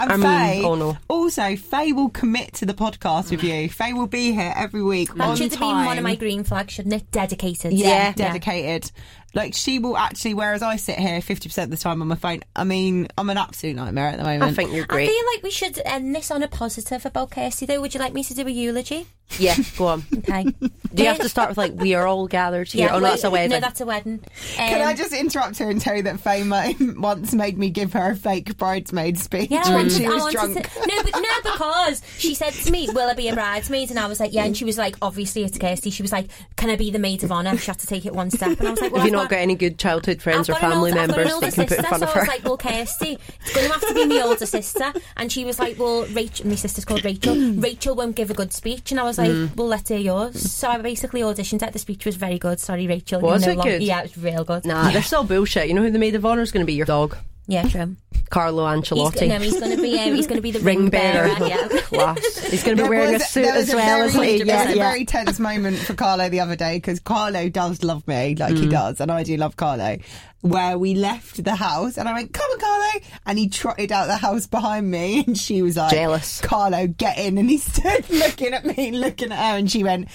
Speaker 3: And
Speaker 1: I mean,
Speaker 3: Faye,
Speaker 1: oh no. Mm.
Speaker 3: also, Faye will commit to the podcast with you. Faye will be here every week.
Speaker 4: That
Speaker 3: on
Speaker 4: should have
Speaker 3: time.
Speaker 4: been one of my green flags, shouldn't it? Dedicated.
Speaker 1: Yeah.
Speaker 3: dedicated. Like she will actually, whereas I sit here fifty percent of the time on my phone. I mean, I'm an absolute nightmare at the moment.
Speaker 1: I think you're
Speaker 4: I
Speaker 1: great.
Speaker 4: feel like we should end this on a positive about Kirsty, though. Would you like me to do a eulogy?
Speaker 1: yeah, go on.
Speaker 4: Okay.
Speaker 1: Do you have to start with like we are all gathered here? oh no,
Speaker 4: wait,
Speaker 1: that's a wedding.
Speaker 4: No, that's a wedding.
Speaker 3: Can
Speaker 4: Um,
Speaker 3: I just interrupt her and tell you that Faye mo- once made me give her a fake bridesmaid speech
Speaker 4: Yeah,
Speaker 3: when
Speaker 4: I wanted,
Speaker 3: she
Speaker 4: I
Speaker 3: was
Speaker 4: wanted
Speaker 3: drunk?
Speaker 4: To, no, but, no, because she said to me, "Will I be a bridesmaid?" And I was like, "Yeah." And she was like, "Obviously, it's Kirsty." She was like, "Can I be the maid of honor?" She had to take it one step, and I was like, "Well,
Speaker 1: Have you
Speaker 4: I've
Speaker 1: not got any good childhood friends or
Speaker 4: an
Speaker 1: family
Speaker 4: older- I've got an
Speaker 1: members
Speaker 4: older
Speaker 1: that can put in
Speaker 4: sister,
Speaker 1: front of
Speaker 4: so
Speaker 1: her?
Speaker 4: I was like, well, Kirsty, it's going to have to be my older sister. And she was like, well, Rachel, my sister's called Rachel. Rachel won't give a good speech. And I was like,
Speaker 1: Mm.
Speaker 4: well, let's hear yours. So I basically auditioned it. The speech was very good. Sorry, Rachel. you're
Speaker 1: Was
Speaker 4: no
Speaker 1: it
Speaker 4: longer-
Speaker 1: good?
Speaker 4: Yeah, it was real good.
Speaker 1: nah, this is all bullshit. You know who the maid of honor is going to be? Your dog,
Speaker 4: Yeah, true.
Speaker 1: Carlo
Speaker 4: He's,
Speaker 1: Ancelotti.
Speaker 4: go- no, he's going to be um, he's going to be the
Speaker 1: Ring bearer.
Speaker 4: Yeah.
Speaker 1: Class. He's going to be wearing a suit
Speaker 3: there
Speaker 1: as
Speaker 3: was a
Speaker 1: well as
Speaker 3: very,
Speaker 1: me.
Speaker 3: There
Speaker 1: Yeah,
Speaker 3: was a
Speaker 1: yeah.
Speaker 3: very tense moment for Carlo the other day because Carlo does love me like
Speaker 1: Mm.
Speaker 3: he does, and I do love Carlo. Where we left the house, and I went, "Come on, Carlo!" and he trotted out the house behind me, and she was like,
Speaker 1: Jealous.
Speaker 3: Carlo, get in!" And he stood looking at me, looking at her, and she went,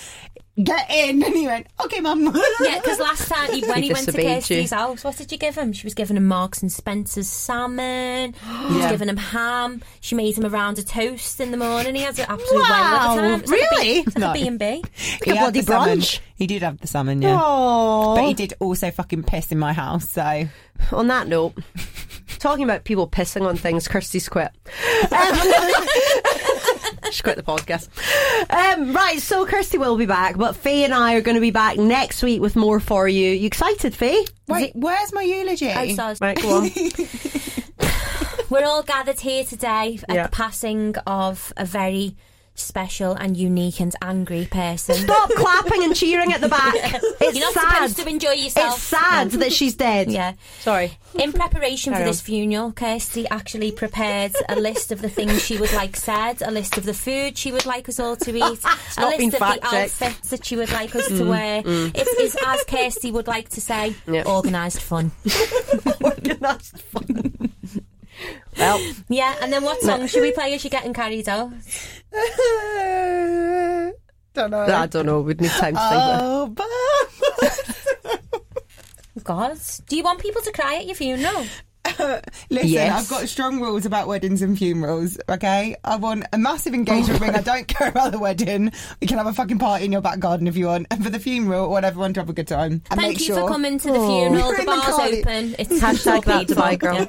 Speaker 3: "Get in!" And he went, "Okay, mum."
Speaker 4: Yeah, because last time he, when
Speaker 1: He
Speaker 4: he, went to
Speaker 1: disobeyed you.
Speaker 4: Kirsty's house, what did you give him? She was giving him Marks and Spencer's salmon. She was
Speaker 3: Yeah.
Speaker 4: giving him ham. She made him a round of toast in the morning. He had an absolute
Speaker 1: Wow,
Speaker 4: wow. well at the time. It was like a
Speaker 1: really?
Speaker 4: B- it was
Speaker 3: No.
Speaker 4: Like a B&B.
Speaker 3: He
Speaker 1: a
Speaker 3: had
Speaker 1: bloody
Speaker 3: the salmon.
Speaker 1: brunch.
Speaker 3: He did have the salmon, yeah.
Speaker 1: Aw.
Speaker 3: But he did also fucking piss in my house, so
Speaker 1: On that note, talking about people pissing on things, Kirsty's quit. Um, she quit the podcast. Um, right, so Kirsty will be back, but Faye and I are going to be back next week with more for you. You excited, Faye?
Speaker 3: Wait, where's my eulogy?
Speaker 4: Oh, sorry.
Speaker 1: Right, go on.
Speaker 4: We're all gathered here today at
Speaker 1: Yeah.
Speaker 4: the passing of a very special and unique and angry person.
Speaker 1: Stop clapping and cheering at the back. It's
Speaker 4: You're not
Speaker 1: sad.
Speaker 4: supposed to enjoy yourself.
Speaker 1: It's sad that she's dead.
Speaker 4: Yeah.
Speaker 1: Sorry.
Speaker 4: In preparation
Speaker 1: Carry
Speaker 4: for this funeral, Kirsty actually prepared a list of the things she would like said, a list of the food she would like us all to eat, a
Speaker 1: not
Speaker 4: list
Speaker 1: been
Speaker 4: of the
Speaker 1: fact-checked. Mm,
Speaker 4: outfits that she would like us to wear. It is, as Kirsty would like to say,
Speaker 1: Yeah.
Speaker 4: organised fun.
Speaker 1: Organised fun. well,
Speaker 4: Yeah, and then what song should we play as you're getting carried out?
Speaker 3: Don't know.
Speaker 1: I don't know. We'd need time to think.
Speaker 4: Uh,
Speaker 1: about it.
Speaker 3: Oh, but
Speaker 4: God, do you want people to cry at your funeral?
Speaker 3: listen,
Speaker 1: Yes.
Speaker 3: I've got strong rules about weddings and funerals. Okay, I want a massive engagement ring. I don't care about the wedding. We can have a fucking party in your back garden if you want, and for the funeral, I want everyone to have a good time. And
Speaker 4: Thank
Speaker 3: make
Speaker 4: you
Speaker 3: sure.
Speaker 4: for coming to the
Speaker 1: Oh.
Speaker 4: funeral.
Speaker 3: You're
Speaker 4: The
Speaker 3: in the
Speaker 4: bar's
Speaker 3: car.
Speaker 4: open. It's
Speaker 1: Hashtag that
Speaker 4: torpedo.
Speaker 1: Dubai girl.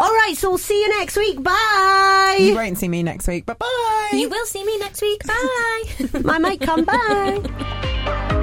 Speaker 1: All right, so we'll see you next week. Bye.
Speaker 3: You won't see me next week. Bye bye.
Speaker 4: You will see me next week. Bye.
Speaker 1: I might come back.